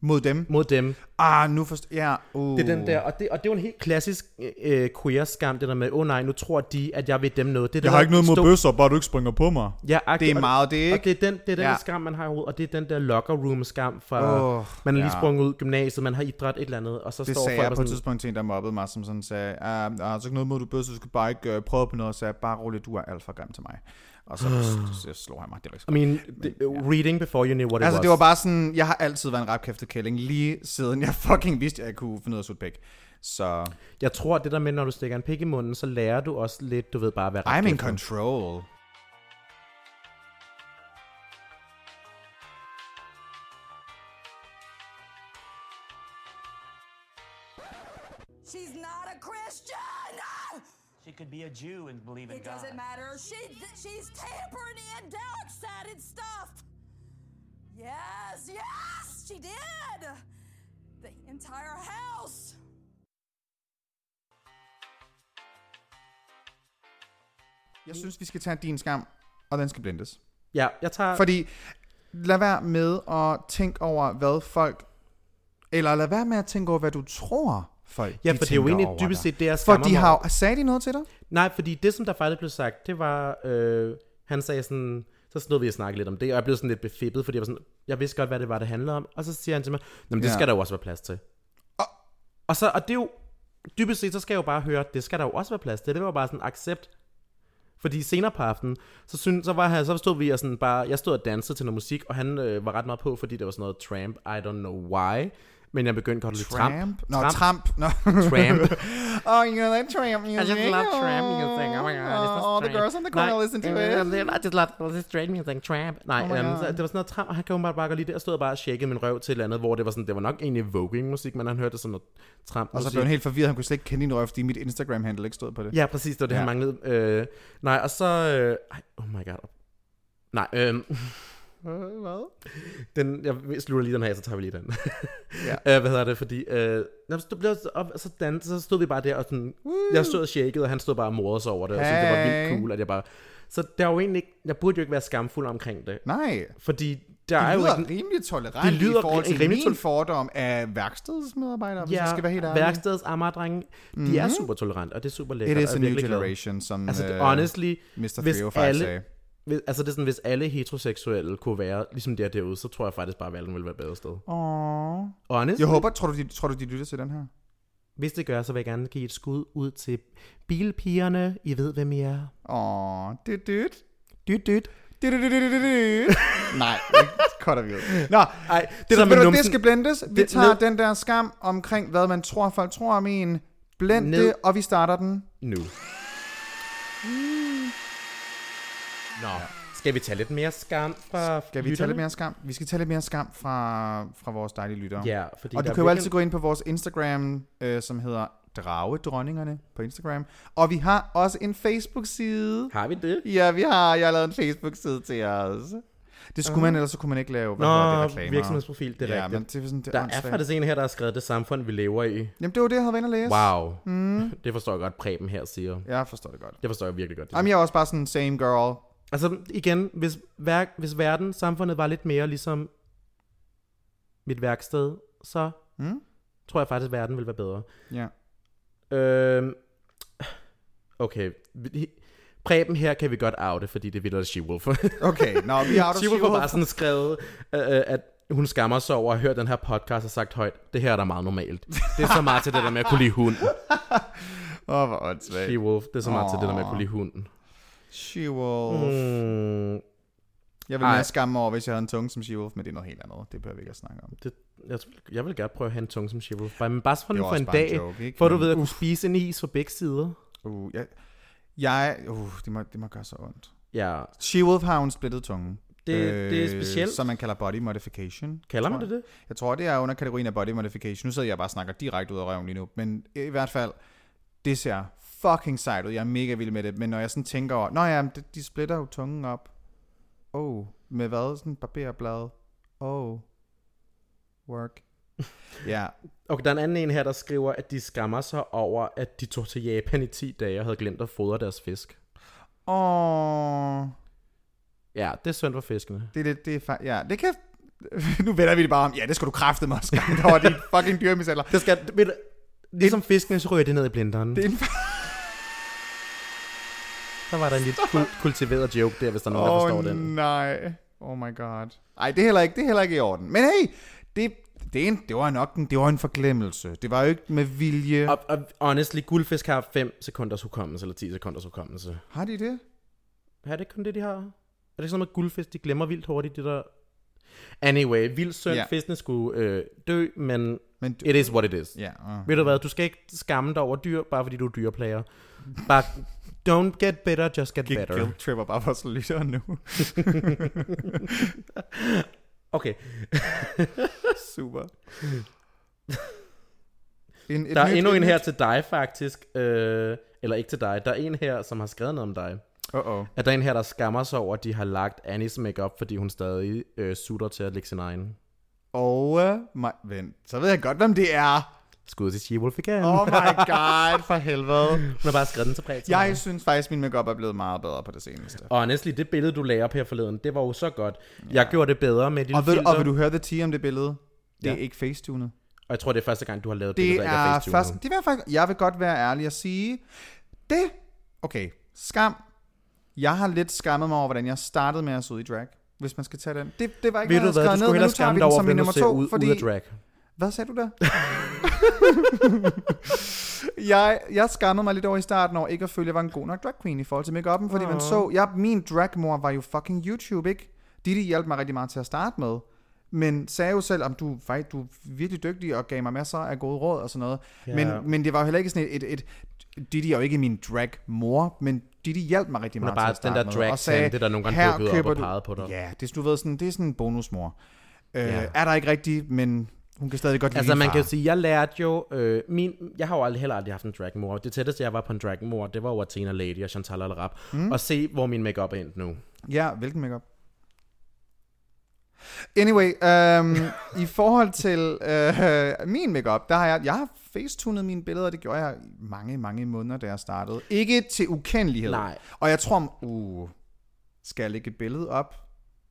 A: Mod dem?
B: mod dem.
A: Ah, nu forstår Ja, uh.
B: Det er den der, og det, og det er jo en helt klassisk øh, queer-skam, det der med, åh oh, nej, nu tror de, at jeg vil dem noget. Det er det, der stå-
A: bøsser, bare du ikke springer på mig.
B: Ja, agtigt,
A: Det er
B: og-
A: meget det,
B: Og
A: ikke?
B: det er den, det er den
A: Ja.
B: ja. skam, man har i hovedet, og det er den der locker room skam fra,
A: Åh,
B: oh, man er lige
A: ja.
B: ja. sprunget ud i gymnasiet, man har idræt et eller andet, og så
A: Det
B: står
A: sagde jeg
B: folk
A: på
B: og
A: et
B: sådan,
A: tidspunkt til en, der mobbede mig, som sådan sagde, ah, ah, så ikke noget mod, du bøsser, du skal bare ikke uh, prøve på noget, og sagde, bare rolig, du er alt for grim til mig. Og så, så, så slog han mig, det var ikke så
B: I mean, the, reading before you knew what it
A: Altså,
B: was.
A: det var bare sådan, jeg har altid været en rapkæftet kælling, lige siden jeg fucking vidste, at jeg kunne finde ud af at sutte pæk. Så,
B: Jeg tror, det der med, når du stikker en pik i munden, så lærer du også lidt, du ved bare, hvad
A: I'm in control.
E: She's not a Christian!
F: She could be a Jew and believe in
E: It
F: God.
E: doesn't matter. She, she's tampering in dark side and stuff. Yes, yes, she did. The entire house.
A: Jeg synes, vi skal tage din skam, og den skal blindes.
B: Ja, jeg tager...
A: Fordi lad være med at tænke over, hvad folk... Eller lad være med at tænke over, hvad du tror, folk
B: Ja,
A: de
B: for det er jo
A: tænker
B: egentlig
A: over
B: dybest
A: dig.
B: set det, jeg
A: For
B: skammer
A: de
B: mig
A: har jo- Sagde de noget til dig?
B: Nej, fordi det, som der faktisk blev sagt, det var, øh, han sagde sådan, så stod vi og snakkede lidt om det, og jeg blev sådan lidt befippet, fordi jeg var sådan, jeg vidste godt, hvad det var, det handlede om. Og så siger han til mig, jamen det
A: Ja.
B: ja. skal der jo også være plads til. Og, og, så, og det er jo, dybest set, så skal jeg jo bare høre, det skal der jo også være plads til. Det var bare sådan, accept. Fordi senere på aftenen, så, synes, så, var han, så stod vi og sådan bare, jeg stod og dansede til noget musik, og han øh, var ret meget på, fordi det var sådan noget tramp, I don't know why. Men jeg begyndte godt at lide tramp.
A: Nå, tramp. Nå.
B: Tramp.
A: oh, you like tramp music?
G: I just love tramp music. Oh my god, it's just
A: all
G: tramp.
A: the girls in the corner
G: Like,
B: øh,
A: listen to it.
G: I just love all this straight music, tramp.
B: Nej,
A: my
B: oh
A: God.
B: um, så det var sådan noget tram, og han kan åbenbart bare godt lide det. Jeg stod og bare og shakede min røv til et eller andet, hvor det var sådan, det var nok egentlig voguing musik, men han hørte det sådan noget tram
A: Og så blev han helt forvirret, han kunne slet ikke kende din røv, fordi mit Instagram-handle ikke stod på det.
B: Ja, præcis, det var det, ja.
A: Ja.
B: han manglede. Øh, nej, og så... Øh, ej, oh my god. Nej, øhm,
A: Hvad?
B: den, jeg slutter lige den her, så tager vi lige den. ja. øh, hvad hedder det, fordi... Øh, jamen, så, blev, og, så, dan, så stod vi bare der, og sådan, jeg stod og shakede, og han stod bare og morede sig over det, og hey. syntes, det var
A: Hey.
B: vildt cool, at jeg bare... Så der er jo egentlig ikke, jeg burde jo ikke være skamfuld omkring det,
A: Nej.
B: fordi der er
A: Det
B: jo
A: lyder
B: ikke...
A: rimelig tolerant
B: Det
A: lyder
B: lyder
A: i forhold til
B: rimelig
A: min
B: tol-
A: fordom af værkstedsmedarbejdere, hvis jeg skal være helt ærlig. Mhm.
B: værkstedets Amager-drenge, mm-hmm. de er super tolerant, og det er super lækkert.
A: It
B: og
A: is
B: jeg
A: a
B: er
A: new
B: virkelig glad.
A: generation, som
B: Altså, det,
A: øh,
B: honestly,
A: Mr.
B: hvis
A: Theo faktisk
B: alle,
A: sagde.
B: hvis, altså det er sådan, hvis alle heteroseksuelle kunne være, ligesom det er derude, så tror jeg faktisk bare, at verden ville være et bedre sted.
A: Åh.
B: Honestly,
A: Jeg håber, tror du, de, tror du, de lytter til den her?
B: hvis det gør, så vil jeg gerne give et skud ud til bilpigerne. I ved, hvem I er.
A: Åh, det dyt.
B: Dyt, dyt.
A: Dyt, dyt, dyt, dyt, dyt, dyt. Nej, det cutter vi ud. Nå,
B: Ej,
A: Ah, det,
B: det
A: så,
B: der med
A: ved du, det
B: numsen-
A: skal blendes. Vi
B: Det-
A: tager
B: ned-
A: den der skam omkring, hvad man tror, folk tror om en. Blend
B: Ned.
A: det, og vi starter den.
B: Nu. Nå, skal vi tage lidt mere skam fra
A: Skal vi tage lidt mere skam? Vi skal tage lidt mere skam fra, fra vores dejlige lyttere.
B: Ja, fordi
A: og du
B: der
A: kan jo
B: virkelig-
A: altid gå ind på vores Instagram, øh, som hedder Dragedronningerne på Instagram. Og vi har også en Facebook-side.
B: Har vi det?
A: Ja, vi har. Jeg har lavet en Facebook-side til Øh. os. Det skulle man, ellers så kunne man ikke lave hvad
B: Nå,
A: hedder det, reklamer.
B: virksomhedsprofil, det
A: ja,
B: er rigtigt.
A: men det er sådan, det
B: Der er
A: åndssvagt.
B: faktisk en her, der har skrevet det samfund, vi lever i.
A: Jamen, det var det, jeg havde været inde og læse.
B: Wow. Mm. Det forstår jeg godt, Preben her siger.
A: Jeg forstår det godt.
B: Det forstår jeg virkelig godt. Det
A: Jamen, jeg er også bare sådan, same girl.
B: Altså igen, hvis, vær- hvis verden, samfundet var lidt mere ligesom mit værksted, så
A: Mm.
B: tror jeg faktisk, at verden ville være bedre.
A: Ja.
B: Øhm, okay. Vi- Preben her kan vi godt oute, fordi det er vildt, at She-Wolf.
A: Okay, nå, vi er out of
B: She-Wolf har bare sådan skrevet, øh, øh, at hun skammer sig over at høre den her podcast og sagt højt, det her er da meget normalt. Det er så meget til det der med at kunne lide hunden.
A: Åh, oh, hvor åndssvagt.
B: She Wolf, det er så meget til det der med at kunne lide hunden.
A: She-Wolf.
B: Mm,
A: Jeg ville mere skamme mig over, hvis jeg havde en tunge som She-Wolf, men det er noget helt andet. Det behøver vi ikke at snakke om.
B: det, jeg, jeg vil gerne prøve at have en tunge som She Wolf. Bare, men bare sådan
A: Det var
B: for
A: også
B: en
A: bare en
B: dag,
A: joke, ikke?
B: for du
A: Men-
B: ved at kunne spise en is fra begge sider.
A: Uh, jeg, jeg, uh, det, må, det må gøre så ondt.
B: Ja,
A: She-Wolf har jo en splittet tunge. Øh,
B: Det- det er specielt.
A: Som man kalder body modification.
B: kalder
A: tror
B: man det
A: jeg.
B: det?
A: Jeg tror, det er under kategorien af body modification. Nu sidder jeg bare og snakker direkte ud af røven lige nu. Men i hvert fald, det ser fucking sejt ud. Jeg er mega vild med det. Men når jeg sådan tænker over, nå ja, men det- de splitter jo tungen op. Oh, med hvad? Sådan barberblad. Oh, work. ja,
B: Okay, der er en anden en her, der skriver, at de skammer sig over, at de tog til Japan i 10 dage og havde glemt at fodre deres fisk.
A: åh,
B: Ja, det er synd for fiskene.
A: det, er lidt- det er fa- ja, det kan... nu vender vi det bare om, ja, det skal du kræfte mig også, gang over din fucking dyremishandler.
B: Det skal, ved du, ligesom fiskene, så ryger det ned i blenderen.
A: Det
B: Det...
A: er en
B: Der var der en lidt kul- kultiveret joke der, hvis der er nogen, der
A: Åh
B: forstår
A: oh,
B: den.
A: nej. Oh my god. Ej, det er heller ikke, det er heller ikke i orden. Men hey, det, det, er en, det var nok en, det var en forglemmelse. Det var jo ikke med vilje.
B: Og, og honestly, guldfisk har 5 sekunders hukommelse, eller 10 sekunders hukommelse.
A: Har de det?
B: Er det ikke kun det, de har? Er det ikke sådan noget med guldfisk, de glemmer vildt hurtigt, det der... Anyway, vildt synd,
A: Ja.
B: yeah. fiskene skulle øh, dø, men
A: Men du,
B: it is what it is.
A: ja, uh.
B: Ved du hvad, du skal ikke skamme dig over dyr, bare fordi du er dyreplager. Bare, don't get better, just get
A: Gik
B: better.
A: guilt tripper bare for at slå lytteren nu.
B: Okay,
A: Super. En, et
B: der er
A: nyt-
B: endnu
A: et
B: en her
A: nyt-
B: til dig faktisk, øh, eller ikke til dig, der er en her, som har skrevet noget om dig.
A: Uh-oh.
B: At der er en her, der skammer sig over, at de har lagt Annies makeup, fordi hun stadig øh, sutter til at lægge sin egen.
A: Og oh, my... Vent, så ved jeg godt, hvem det er.
B: Skud til She-Wolf igen.
A: Oh my god, for helvede.
B: Hun har bare skrevet den så bredt. som
A: Jeg synes faktisk, min makeup er blevet meget bedre på det seneste.
B: Og honestly, det billede, du lagde op her forleden, det var jo så godt. Jeg gjorde det bedre med dine
A: Og, ved,
B: filter.
A: og vil du høre The Tea om det billede? Det er
B: Ja.
A: ikke facetunet.
B: og jeg tror, det er første gang, du har lavet billeder,
A: Det
B: der ikke
A: er
B: er
A: først,
B: facetunet.
A: det vil jeg faktisk, jeg vil godt være ærlig og sige, det, okay, skam. Jeg har lidt skammet mig over, hvordan jeg startede med at se ud i drag, hvis man skal tage den. Det, det var ikke
B: Ved du
A: noget,
B: hvad,
A: jeg
B: du
A: skrev ned,
B: skulle
A: men nu
B: hellere
A: tager vi
B: skamme dig
A: den som min
B: over, hvordan du
A: nummer
B: ser
A: to,
B: ud,
A: fordi,
B: ud af drag.
A: hvad sagde du der? jeg, jeg skammede mig lidt over i starten over ikke at føle, at jeg var en god nok drag queen i forhold til make-up'en, fordi man så, jeg, min dragmor var jo fucking YouTube, ikke? Didi hjalp mig rigtig meget til at starte med, men sagde jo selv, om du, faktisk, du er virkelig dygtig og gav mig masser af gode råd og sådan noget. Men, men det var jo heller ikke sådan et, et, et Didi er jo ikke min dragmor, men Didi hjalp mig rigtig
B: Hun er
A: meget
B: bare
A: til at
B: den
A: starte
B: der
A: med, og sagde,
B: drag-tante, der nogle gange
A: "Her
B: dukkede op og
A: køber du-"
B: pegede på dig.
A: Ja, det, du ved, sådan, det er sådan en bonusmor. Øh,
B: Ja.
A: Er der ikke rigtig, men hun kan stadig godt lide
B: Altså,
A: min
B: man
A: far.
B: kan jo sige, jeg lærte jo... Øh, min, jeg har jo aldrig, heller aldrig haft en dragmor. Det tætteste, jeg var på en dragmor, det var jo Athena Lady og Chantal Alarab. Mm. Og se, hvor min makeup er endt nu.
A: Ja, hvilken makeup? Anyway, øhm, i forhold til øh, min makeup, der har jeg, jeg har facetunet mine billeder, det gjorde jeg i mange, mange måneder, da jeg startede. Ikke til ukendelighed.
B: Nej.
A: Og jeg tror, uh, skal jeg lægge et billede op?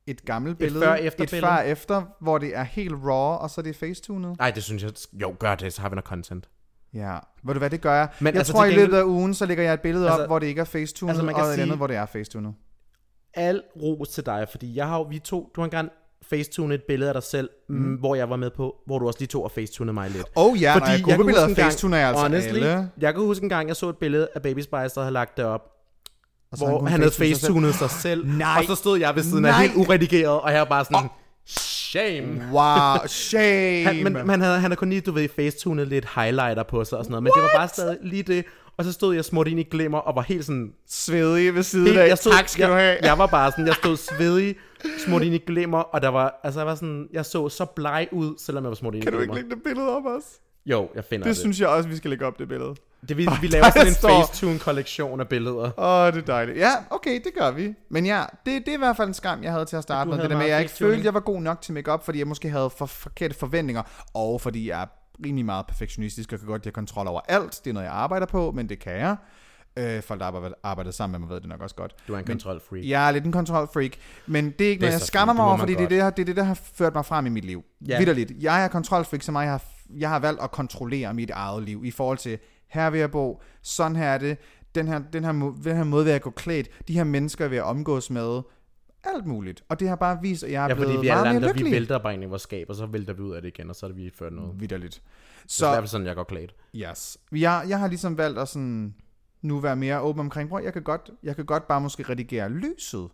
A: Et gammelt billede?
B: før-efter
A: et
B: billede?
A: før efter, hvor det er helt raw, og så er det facetunet?
B: Nej, det synes jeg... Jo, gør det, så har vi noget content.
A: Ja, ved du hvad, det gør jeg.
B: Men
A: jeg
B: altså,
A: tror,
B: til
A: i løbet
B: gengæld-
A: af ugen, så lægger jeg et billede
B: Altså-
A: op, hvor det ikke er facetunet,
B: altså,
A: altså,
B: man
A: og
B: kan
A: et sige...
B: sige-
A: andet, hvor det er facetunet.
B: Al ros til dig, fordi jeg har jo... Vi to... Du har engang facetunet et billede af dig selv, mm. hvor jeg var med på, hvor du også lige tog og facetunede mig lidt.
A: Oh ja, når jeg
B: kan huske
A: gruppebilleder
B: en gang-
A: facetuner jeg altså
B: honestly,
A: alle.
B: Jeg kan huske en gang, jeg så et billede af Baby Spice, der havde lagt det op,
A: Og så
B: hvor
A: kunne
B: han, havde
A: facetune sig selv.
B: facetunet sig selv.
A: Nej.
B: Og så stod jeg ved siden af
A: Nej.
B: helt uredigeret, og jeg var bare sådan, shame.
A: Wow, shame.
B: Han, men man havde, han havde kun lige, du ved, facetunet lidt highlighter på sig og sådan noget, men det var bare stadig lige det. Og så stod jeg smurt ind i glimmer og var helt sådan...
A: svedig ved siden
B: Helt,
A: af.
B: jeg stod,
A: tak skal
B: jeg,
A: du have.
B: Jeg var bare sådan, jeg stod svedig, smurt ind i glimmer, og der var, altså jeg var sådan, jeg så så bleg ud, selvom jeg var smurt ind i
A: kan du
B: glimmer.
A: ikke lægge det billede op os?
B: Jo, jeg finder
A: Det
B: det.
A: synes jeg også, vi skal lægge op det billede.
B: det vi, vi laver sådan en
A: står-
B: facetune-kollektion af billeder.
A: Åh, oh, det er dejligt. Ja, okay, det gør vi. Men ja, det, det er i hvert fald en skam, jeg havde til at starte
B: Du
A: med. Det
B: havde
A: der med, at
B: meget
A: jeg ikke
B: facetuning.
A: følte, jeg var god nok til makeup, fordi jeg måske havde for forkerte forventninger, og fordi jeg er rimelig meget perfektionistisk og kan godt lide kontrol over alt. Det er noget, jeg arbejder på, men det kan jeg. Øh, folk, der arbejder, arbejder sammen med mig, ved det nok også godt.
B: Du er en
A: men,
B: kontrolfreak.
A: Jeg er lidt en kontrolfreak, men det er ikke
B: Det er
A: noget, jeg
B: så
A: skammer
B: fint,
A: mig
B: det må
A: over,
B: man
A: fordi det er
B: godt.
A: det, her- det er det, der har ført mig frem i mit liv.
B: Ja.
A: Yeah. Vitterligt. Jeg er kontrolfreak, så meget jeg har, jeg har valgt at kontrollere mit eget liv i forhold til, her vil jeg bo, sådan her er det, den her, den her, må- den her måde vil jeg gå klædt, de her mennesker vil jeg omgås med, alt muligt. Og det har bare vist, at jeg er
B: Ja,
A: ja,
B: fordi
A: blevet
B: vi er
A: meget
B: alle
A: mere
B: andre, vi
A: lykkelig.
B: vælter bare ind i vores skab, og så vælter vi ud af det igen, og så er det vi ført noget. Det
A: Vitterligt.
B: er i
A: Så
B: hvert fald sådan, jeg går klædt.
A: Yes. Jeg, jeg har ligesom valgt at sådan nu være mere åben omkring, prøv, jeg kan godt, jeg kan godt bare måske redigere lyset,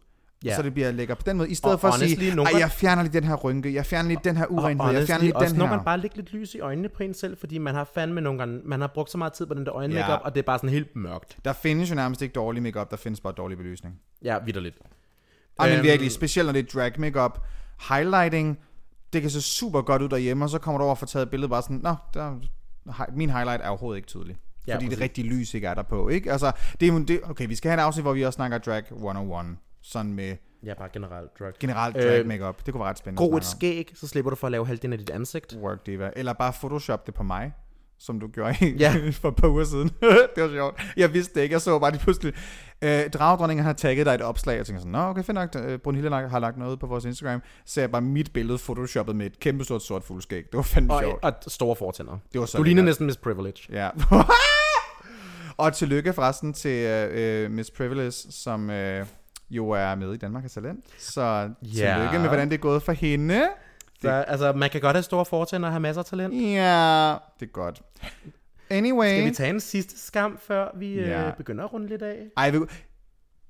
B: Ja.
A: yeah. så det bliver lækker på den måde, i stedet
B: Og
A: for at
B: honestly,
A: sige,
B: nogle
A: "Ej,
B: gange-
A: jeg fjerner lige den her rynke, jeg fjerner lige den her urenhed, jeg fjerner lige
B: også
A: den
B: når
A: her.
B: man bare lægger lidt lys i øjnene på en selv, fordi man har fandme nogle gange, man har brugt så meget tid på den der øjenmakeup,
A: Ja.
B: ja. og det er bare sådan helt mørkt.
A: Der findes jo nærmest ikke dårlig makeup, der findes bare dårlig belysning.
B: Ja, vidderligt.
A: Ej, men
B: Øhm.
A: virkelig, specielt når det er drag makeup, highlighting, det kan se super godt ud derhjemme, og så kommer du over og får taget et billede bare sådan, nå, der, hi- min highlight er overhovedet ikke tydelig.
B: Ja,
A: Ja, fordi det
B: præcis.
A: rigtige lys ikke er der på, ikke? Altså, det, er jo- det, okay, vi skal have et afsnit, hvor vi også snakker drag 101, sådan med
B: Ja, bare generelt drug.
A: generelt drag øh, makeup. Det kunne være ret spændende
B: Gro
A: at
B: et
A: snakke
B: skæg, så slipper du for at lave halvdelen af dit ansigt.
A: om. Work diva. Eller bare photoshop det på mig, som du gjorde i,
B: Ja.
A: for et par uger siden. det var sjovt. Jeg vidste det ikke, jeg så bare lige pludselig. Øh, Dragdronningen har tagget dig i et opslag, og jeg tænker sådan, nå okay, fint nok, øh, Brunhilde har lagt- har lagt noget ud på vores Instagram, ser jeg bare mit billede photoshoppet med et kæmpestort sort fuldskæg. Det var fandme
B: Og,
A: sjovt.
B: og store fortænder.
A: Det var så
B: du ligner
A: lækkert.
B: næsten Miss Privilege.
A: Ja. og tillykke forresten til øh, øh, Miss Privilege, som øh, jo er med i Danmark af Talent. Så tillykke med, hvordan det er gået for hende.
B: Så, altså, man kan godt have store fortænder og have masser af talent.
A: Ja, det er godt.
B: Skal
A: Anyway.
B: vi tage en sidste skam, før vi
A: Ja.
B: øh, begynder at runde lidt af?
A: Ej, vi,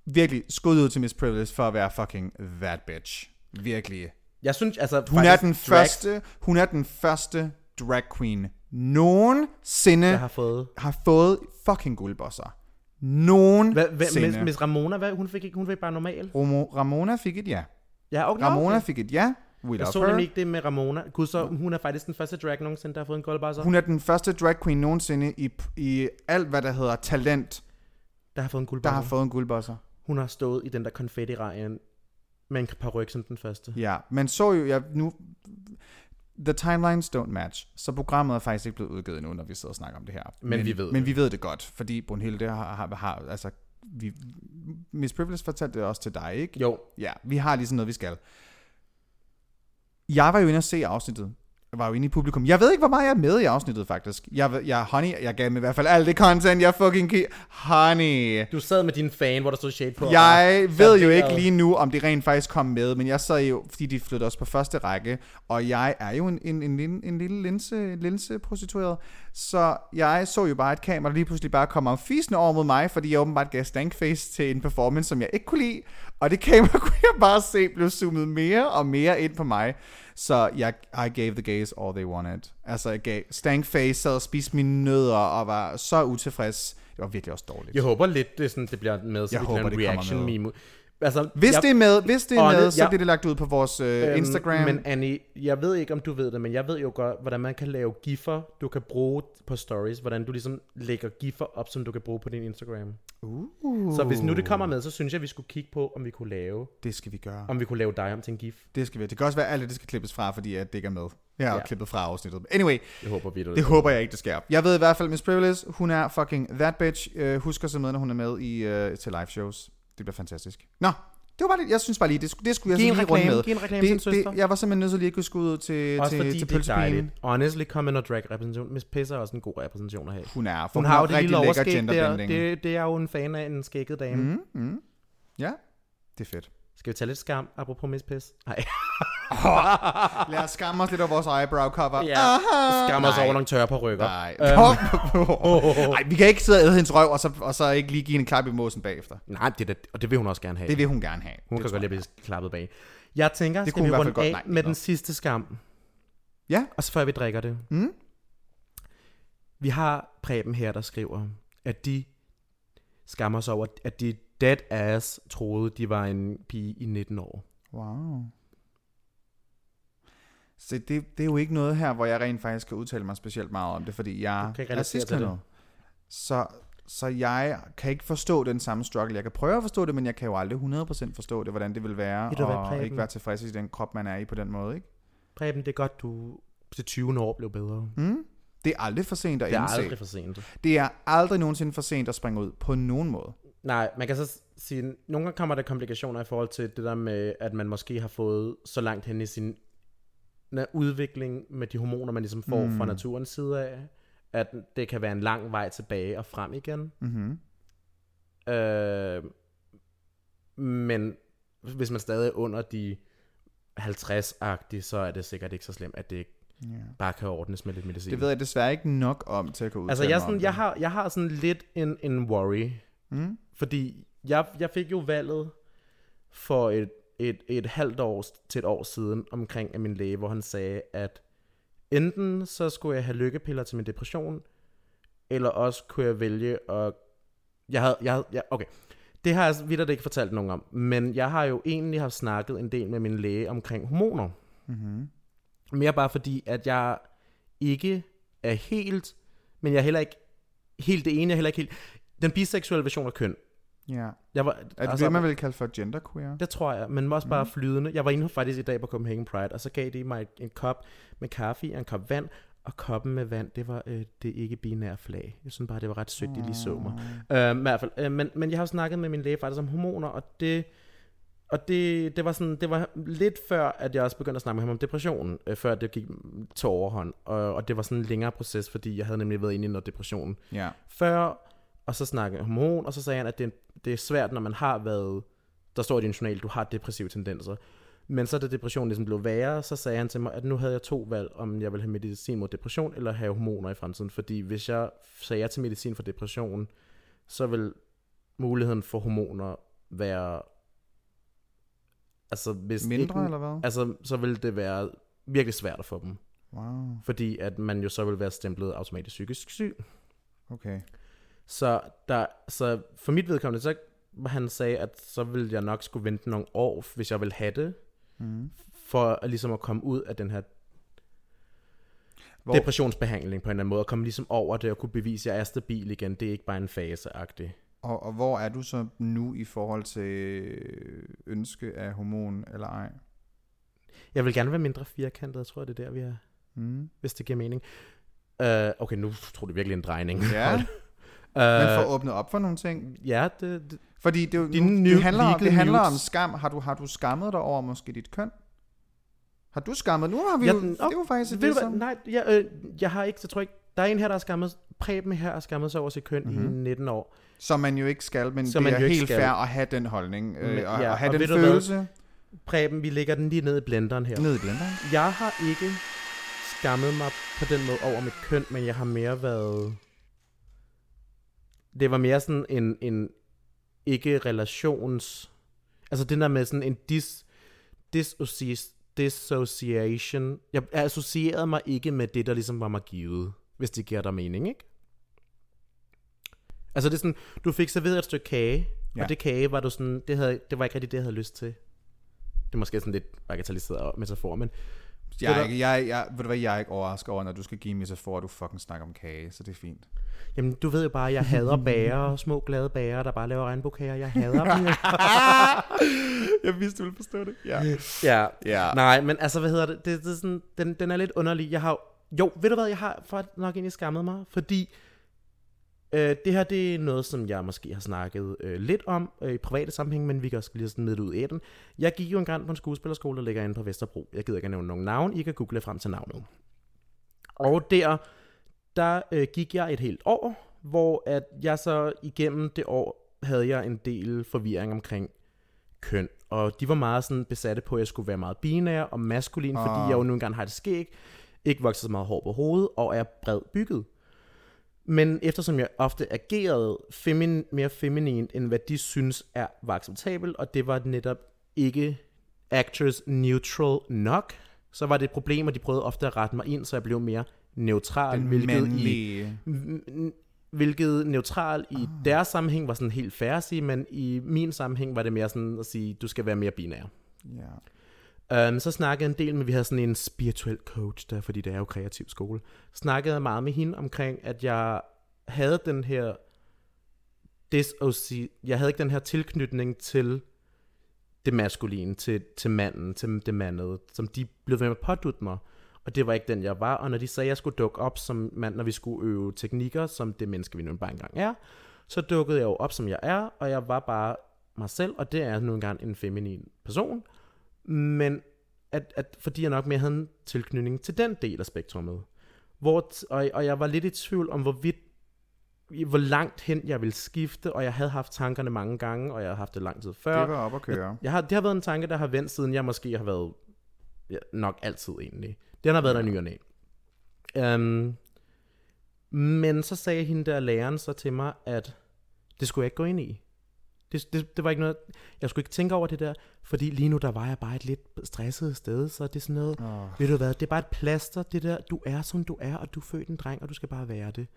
A: virkelig, skud ud til Miss Privilege for at være fucking that bitch. Virkelig.
B: Jeg synes, altså...
A: Hun er
B: faktisk,
A: den
B: drag,
A: første, hun er den første drag queen nogensinde
B: Jeg
A: har...
B: har fået...
A: har fået fucking guldbosser. Nogen
B: Hvad, hvad,
A: sinde.
B: Miss, Miss Ramona, hvad, hun, fik ikke, hun fik bare normal.
A: Romo, Ramona fik et ja.
B: Ja, okay.
A: Ramona
B: okay.
A: fik et ja. We
B: Jeg
A: love
B: så
A: her.
B: nemlig ikke det med Ramona. Gud, så hun er faktisk den første drag nogensinde, der har fået en goldbasser.
A: Hun er den første drag queen nogensinde i, i alt, hvad der hedder talent,
B: Der har fået en
A: der
B: guldbasser.
A: har fået en guldbosser.
B: Hun har stået i den der konfetti-regn med en paryk som den første.
A: Ja, man så jo, jeg nu... The timelines don't match, så programmet er faktisk ikke blevet udgivet endnu, når vi sidder og snakker om det her.
B: Men vi ved
A: Men
B: det.
A: vi ved det godt, fordi Brunhilde har, har, har altså, vi, Miss Privilege fortalte det også til dig, ikke?
B: Jo.
A: Ja, vi har ligesom noget, vi skal. Jeg var jo inde og se afsnittet. Jeg var jo inde i publikum. Jeg ved ikke, hvor meget jeg er med i afsnittet, faktisk. Jeg, jeg, honey, jeg gav dem i hvert fald alt det content, jeg fucking giver. Honey.
B: Du sad med din fan, hvor der stod shade på. og
A: Jeg
B: bare
A: ved jo
B: serverede.
A: ikke lige nu, om det rent faktisk kom med, men jeg sad jo, fordi de flyttede os på første række, og jeg er jo en, en, en, lille- en lille linse, linseprostitueret, så jeg så jo bare et kamera, der lige pludselig bare kom fisende over mod mig, fordi jeg åbenbart gav stankface til en performance, som jeg ikke kunne lide, og det kamera kunne jeg bare se blev zoomet mere og mere ind på mig. Så jeg, I gave the gays all they wanted. Altså, jeg gav stankface, sad og spiste mine nødder og var så utilfreds. Det var virkelig også dårligt.
B: Jeg håber lidt, det, er sådan, det bliver med, så
A: Jeg
B: vi kan
A: håber,
B: lave en
A: det kommer
B: reaction
A: med.
B: meme. ud. Altså,
A: Hvis
B: jeg-
A: det er med, hvis det er
B: Og
A: med,
B: det-
A: så
B: ja.
A: bliver det lagt ud på vores øh,
B: Øhm,
A: Instagram.
B: Men Annie, jeg ved ikke, om du ved det, men jeg ved jo godt, hvordan man kan lave giffer, du kan bruge på stories. Hvordan du ligesom lægger giffer op, som du kan bruge på din Instagram. Uh. Så hvis nu det kommer med, så synes jeg, vi skulle kigge på, om vi kunne lave,
A: det skal vi gøre.
B: om vi kunne lave dig om til en gif.
A: Det skal vi. Det kan også være, at alt det skal klippes fra, fordi at det ikke er med. Jeg har
B: Ja.
A: ja. klippet fra afsnittet. Anyway,
B: Jeg håber, vi
A: det håber jeg ikke, det sker. Jeg ved i hvert fald, Miss Privilege, hun er fucking that bitch. Uh, husk at se med, når hun er med i, uh, til live shows. Det bliver fantastisk. Nå, det var bare lidt, jeg synes bare lige, det skulle, det skulle jeg
B: Giv
A: altså
B: en
A: lige runde
B: reklame.
A: med.
B: Giv en reklame til
A: det,
B: din søster.
A: det, jeg var simpelthen nødt til lige at kunne skud ud til,
B: Også
A: til,
B: fordi
A: til
B: det er
A: pølsepigen.
B: dejligt. Honestly, coming og drag repræsentation. Miss Pisser er også en god repræsentation at have.
A: Hun er, for
B: Hun har jo det
A: rigtig
B: lille
A: lækker
B: overskæg der.
A: genderbending.
B: Det, det er jo en fan af en skægget dame. Mm.
A: Ja, det er fedt.
B: Skal vi tage lidt skam, apropos Miss Piss? Nej.
A: Lad os skamme os lidt over vores eyebrow cover.
B: Ja. Skam os over nogle tørre på rykker.
A: Nej. Øhm. Ej, vi kan ikke sidde og æde hendes røv, og så, og så ikke lige give en klap i måsen bagefter.
B: Nej, det er da, og det vil hun også gerne have.
A: Det vil hun gerne have.
B: hun
A: Det
B: kan
A: tror
B: godt lide at blive klappet bag. Jeg tænker, skal
A: kunne
B: vi
A: hun i hvert
B: runde
A: fald godt.
B: af
A: Nej,
B: med
A: nå.
B: den sidste skam,
A: jeg. Ja,
B: og så før vi drikker det. Mm. Vi har Preben her, der skriver, at de skammer sig over, at de dead ass troede, de var en pige i 19 år.
A: wow. Så det, det er jo ikke noget her, hvor jeg rent faktisk kan udtale mig specielt meget om det, fordi jeg
B: Du kan ikke
A: er
B: relatere til
A: cis-kønnet.
B: det.
A: Så, så jeg kan ikke forstå den samme struggle. Jeg kan prøve at forstå det, men jeg kan jo aldrig 100% forstå det, hvordan det vil være
B: Ved du hvad,
A: at
B: Preben?
A: ikke være tilfreds i den krop, man er i på den måde. Ikke?
B: Preben, det er godt, du til 20 år blev bedre. Mm,
A: Det er aldrig for sent at
B: det er
A: indse.
B: aldrig for sent.
A: Det er aldrig nogensinde for sent at springe ud på nogen måde.
B: Nej, man kan så s- sige, nogle gange kommer der komplikationer i forhold til det der med, at man måske har fået så langt hen i sin na- udvikling med de hormoner, man ligesom får mm. fra naturens side af, at det kan være en lang vej tilbage og
A: Mhm. Mm.
B: frem igen.
A: Mm-hmm.
B: Øh, men hvis man stadig er under de 50-agtige, så er det sikkert ikke så slemt, at det ikke bare kan ordnes med lidt medicin.
A: Det ved jeg desværre ikke nok om til at kunne
B: Altså,
A: udtale
B: jeg, er
A: mig om
B: sådan,
A: det.
B: jeg, har, jeg har sådan lidt en, en worry. Mm. Fordi jeg, jeg fik jo valget for et, et, et halvt år s- til et år siden omkring af min læge, hvor han sagde, at enten så skulle jeg have lykkepiller til min depression, eller også kunne jeg vælge at... Jeg havde, jeg havde, jeg, okay. Det har jeg vidt ikke fortalt nogen om, men jeg har jo egentlig haft snakket en del med min læge omkring hormoner. Mm-hmm. Mere bare fordi, at jeg ikke er helt, men jeg er heller ikke helt det ene, jeg er heller ikke helt... Den biseksuelle version af køn.
A: Ja.
B: Jeg var,
A: Er det altså, det, man vil Mhm. kalde for genderqueer?
B: det tror jeg, men også bare flydende. Jeg var inde faktisk i dag på Copenhagen Pride, og så gav de mig en kop med kaffe og en kop vand, og koppen med vand, det var øh, det ikke binære flag. Jeg synes bare, det var ret sødt, de lige så mig. Øh, men i hvert fald, øh, men, men jeg har jo snakket med min læge faktisk om hormoner, og det... Og det, det, var sådan, det var lidt før, at jeg også begyndte at snakke med ham om depressionen, øh, før det gik til overhånd. Og, og det var sådan en længere proces, fordi jeg havde nemlig været inde i noget depression
A: Ja.
B: før, og så snakkede om hormon, og så sagde han, at det, det er svært, når man har været, der står i din journal, du har depressive tendenser. Men så da depressionen ligesom blev værre, så sagde han til mig, at nu havde jeg to valg, om jeg ville have medicin mod depression, eller have hormoner i fremtiden. Fordi hvis jeg sagde ja til medicin for depression, så vil muligheden for hormoner være... Altså, hvis
A: Mindre,
B: ikke,
A: eller hvad?
B: Altså, så vil det være virkelig svært at få dem.
A: Wow,
B: Fordi at man jo så vil være stemplet automatisk psykisk syg.
A: okay.
B: Så, der, så for mit vedkommende, så han sagde, at så ville jeg nok skulle vente nogle år, hvis jeg ville have det, mm. for at ligesom at komme ud af den her
A: Hvor,
B: depressionsbehandling på en eller anden måde, og komme ligesom over det og kunne bevise, at jeg er stabil igen. Det er ikke bare en fase-agtig.
A: og, og hvor er du så nu i forhold til øh, ønske af hormon eller ej?
B: Jeg vil gerne være mindre firkantet, jeg tror, det er der, vi er,
A: Mm.
B: hvis det giver mening. Uh, okay, nu tror det virkelig en drejning.
A: Ja, men
B: uh,
A: for at åbne op for nogle ting.
B: ja det, det,
A: Fordi det, er jo, nu,
B: Dine nu-
A: det handler, om, det
B: legal
A: handler om
B: nudes.
A: skam. Har du, har du skammet dig over måske dit køn? Har du skammet? Nu har vi
B: Ja,
A: jo,
B: den-
A: det var faktisk et
B: Ved du hvad?
A: ligesom-
B: Nej, jeg, øh, jeg har ikke, så tror jeg ikke, der er en her, der har skammet, Preben her har skammet sig over sit køn
A: Mhm.
B: mm-hmm. i 19 år.
A: Som man jo ikke skal, men
B: Som
A: det
B: man
A: er
B: jo ikke
A: helt
B: skal.
A: fair at have den holdning, øh,
B: Men-
A: og,
B: ja,
A: og have
B: og ved
A: den
B: du hvad?
A: følelse
B: Preben, vi lægger den lige ned i blenderen her.
A: ned i blenderen.
B: Jeg har ikke skammet mig på den måde over mit køn, men jeg har mere været... Det var mere sådan en, en ikke-relations... Altså det der med sådan en dis, dissoci- dissociation. Jeg associerede mig ikke med det, der ligesom var mig givet, hvis det giver dig mening, ikke? Altså det er sådan, du fik serveret et stykke kage, ja.
A: Ja.
B: og det kage var du sådan, det, havde, det var ikke rigtig det, jeg havde lyst til. Det er måske sådan lidt bagatelliseret metafor, men
A: Jeg,
B: der-
A: er ikke- jeg, jeg, ved du hvad, jeg er ikke overrasket over, når du skal give mig så for, at du fucking snakker om kage, så det er fint.
B: Jamen, du ved jo bare, jeg hader bager, små glade bager, der bare laver regnbogkager. Jeg hader dem.
A: Jeg vidste, du ville forstå det. Ja.
B: ja.
A: Ja.
B: Nej, men altså, hvad hedder det? det, det er sådan, den, den er lidt underlig. Jeg har jo, ved du hvad, jeg har for nok egentlig skammet mig, fordi øh, det her, det er noget, som jeg måske har snakket øh, lidt om øh, i private sammenhæng, men vi kan også lige sådan med det ud i den. Jeg gik jo engang på en skuespillerskole, der ligger inde på Vesterbro. Jeg gider ikke at nævne nogen navn. I kan google frem til navnet. Og der, der øh, gik jeg et helt år, hvor at jeg så igennem det år havde jeg en del forvirring omkring køn. Og de var meget sådan besatte på, at jeg skulle være meget binær og maskulin, fordi
A: Ah.
B: jeg jo nu engang har et skæg, ikke vokset så meget hår på hovedet, og er bred bygget. Men eftersom jeg ofte agerede femin, mere feminint, end hvad de synes er, var acceptabelt, og det var netop ikke actors neutral nok, så var det et problem, og de prøvede ofte at rette mig ind, så jeg blev mere neutral,
A: Den
B: hvilket i,
A: mandlige. Ah.
B: hvilket neutral i deres sammenhæng var sådan helt fair at sige, men i min sammenhæng var det mere sådan at sige, du skal være mere binær.
A: Ja.
B: Um, så snakkede jeg en del med, vi havde sådan en spirituel coach der, fordi det er jo kreativ skole. Snakkede jeg meget med hende omkring, at jeg havde den her disoci- jeg havde ikke den her tilknytning til det maskuline, til, til manden, til det mandede, som de blev ved med at pådutte mig. Og det var ikke den, jeg var. Og når de sagde, at jeg skulle dukke op som mand, når vi skulle øve teknikker, som det menneske, vi nu bare engang er, så dukkede jeg jo op, som jeg er, og jeg var bare mig selv, og det er jeg nu engang en feminin person. Men at, at, fordi jeg nok mere havde en tilknytning til den del af spektrummet. Hvor, t- og, og jeg var lidt i tvivl om, hvorvidt i- hvor langt hen jeg ville skifte, og jeg havde haft tankerne mange gange, og jeg havde haft det lang tid før.
A: Det var op at køre.
B: Jeg har, det har været en tanke, der har vendt, siden jeg måske har været ja, nok altid egentlig. Den har været der i ny og næ. Øhm, men så sagde hende der læreren så til mig, at det skulle jeg ikke gå ind i. Det, det, det var ikke noget, jeg skulle ikke tænke over det der, fordi lige nu der var jeg bare et lidt stresset sted, så det er sådan noget, oh. ved du hvad, det er bare et plaster, det der, du er som du er, og du er født en dreng, og du skal bare være det.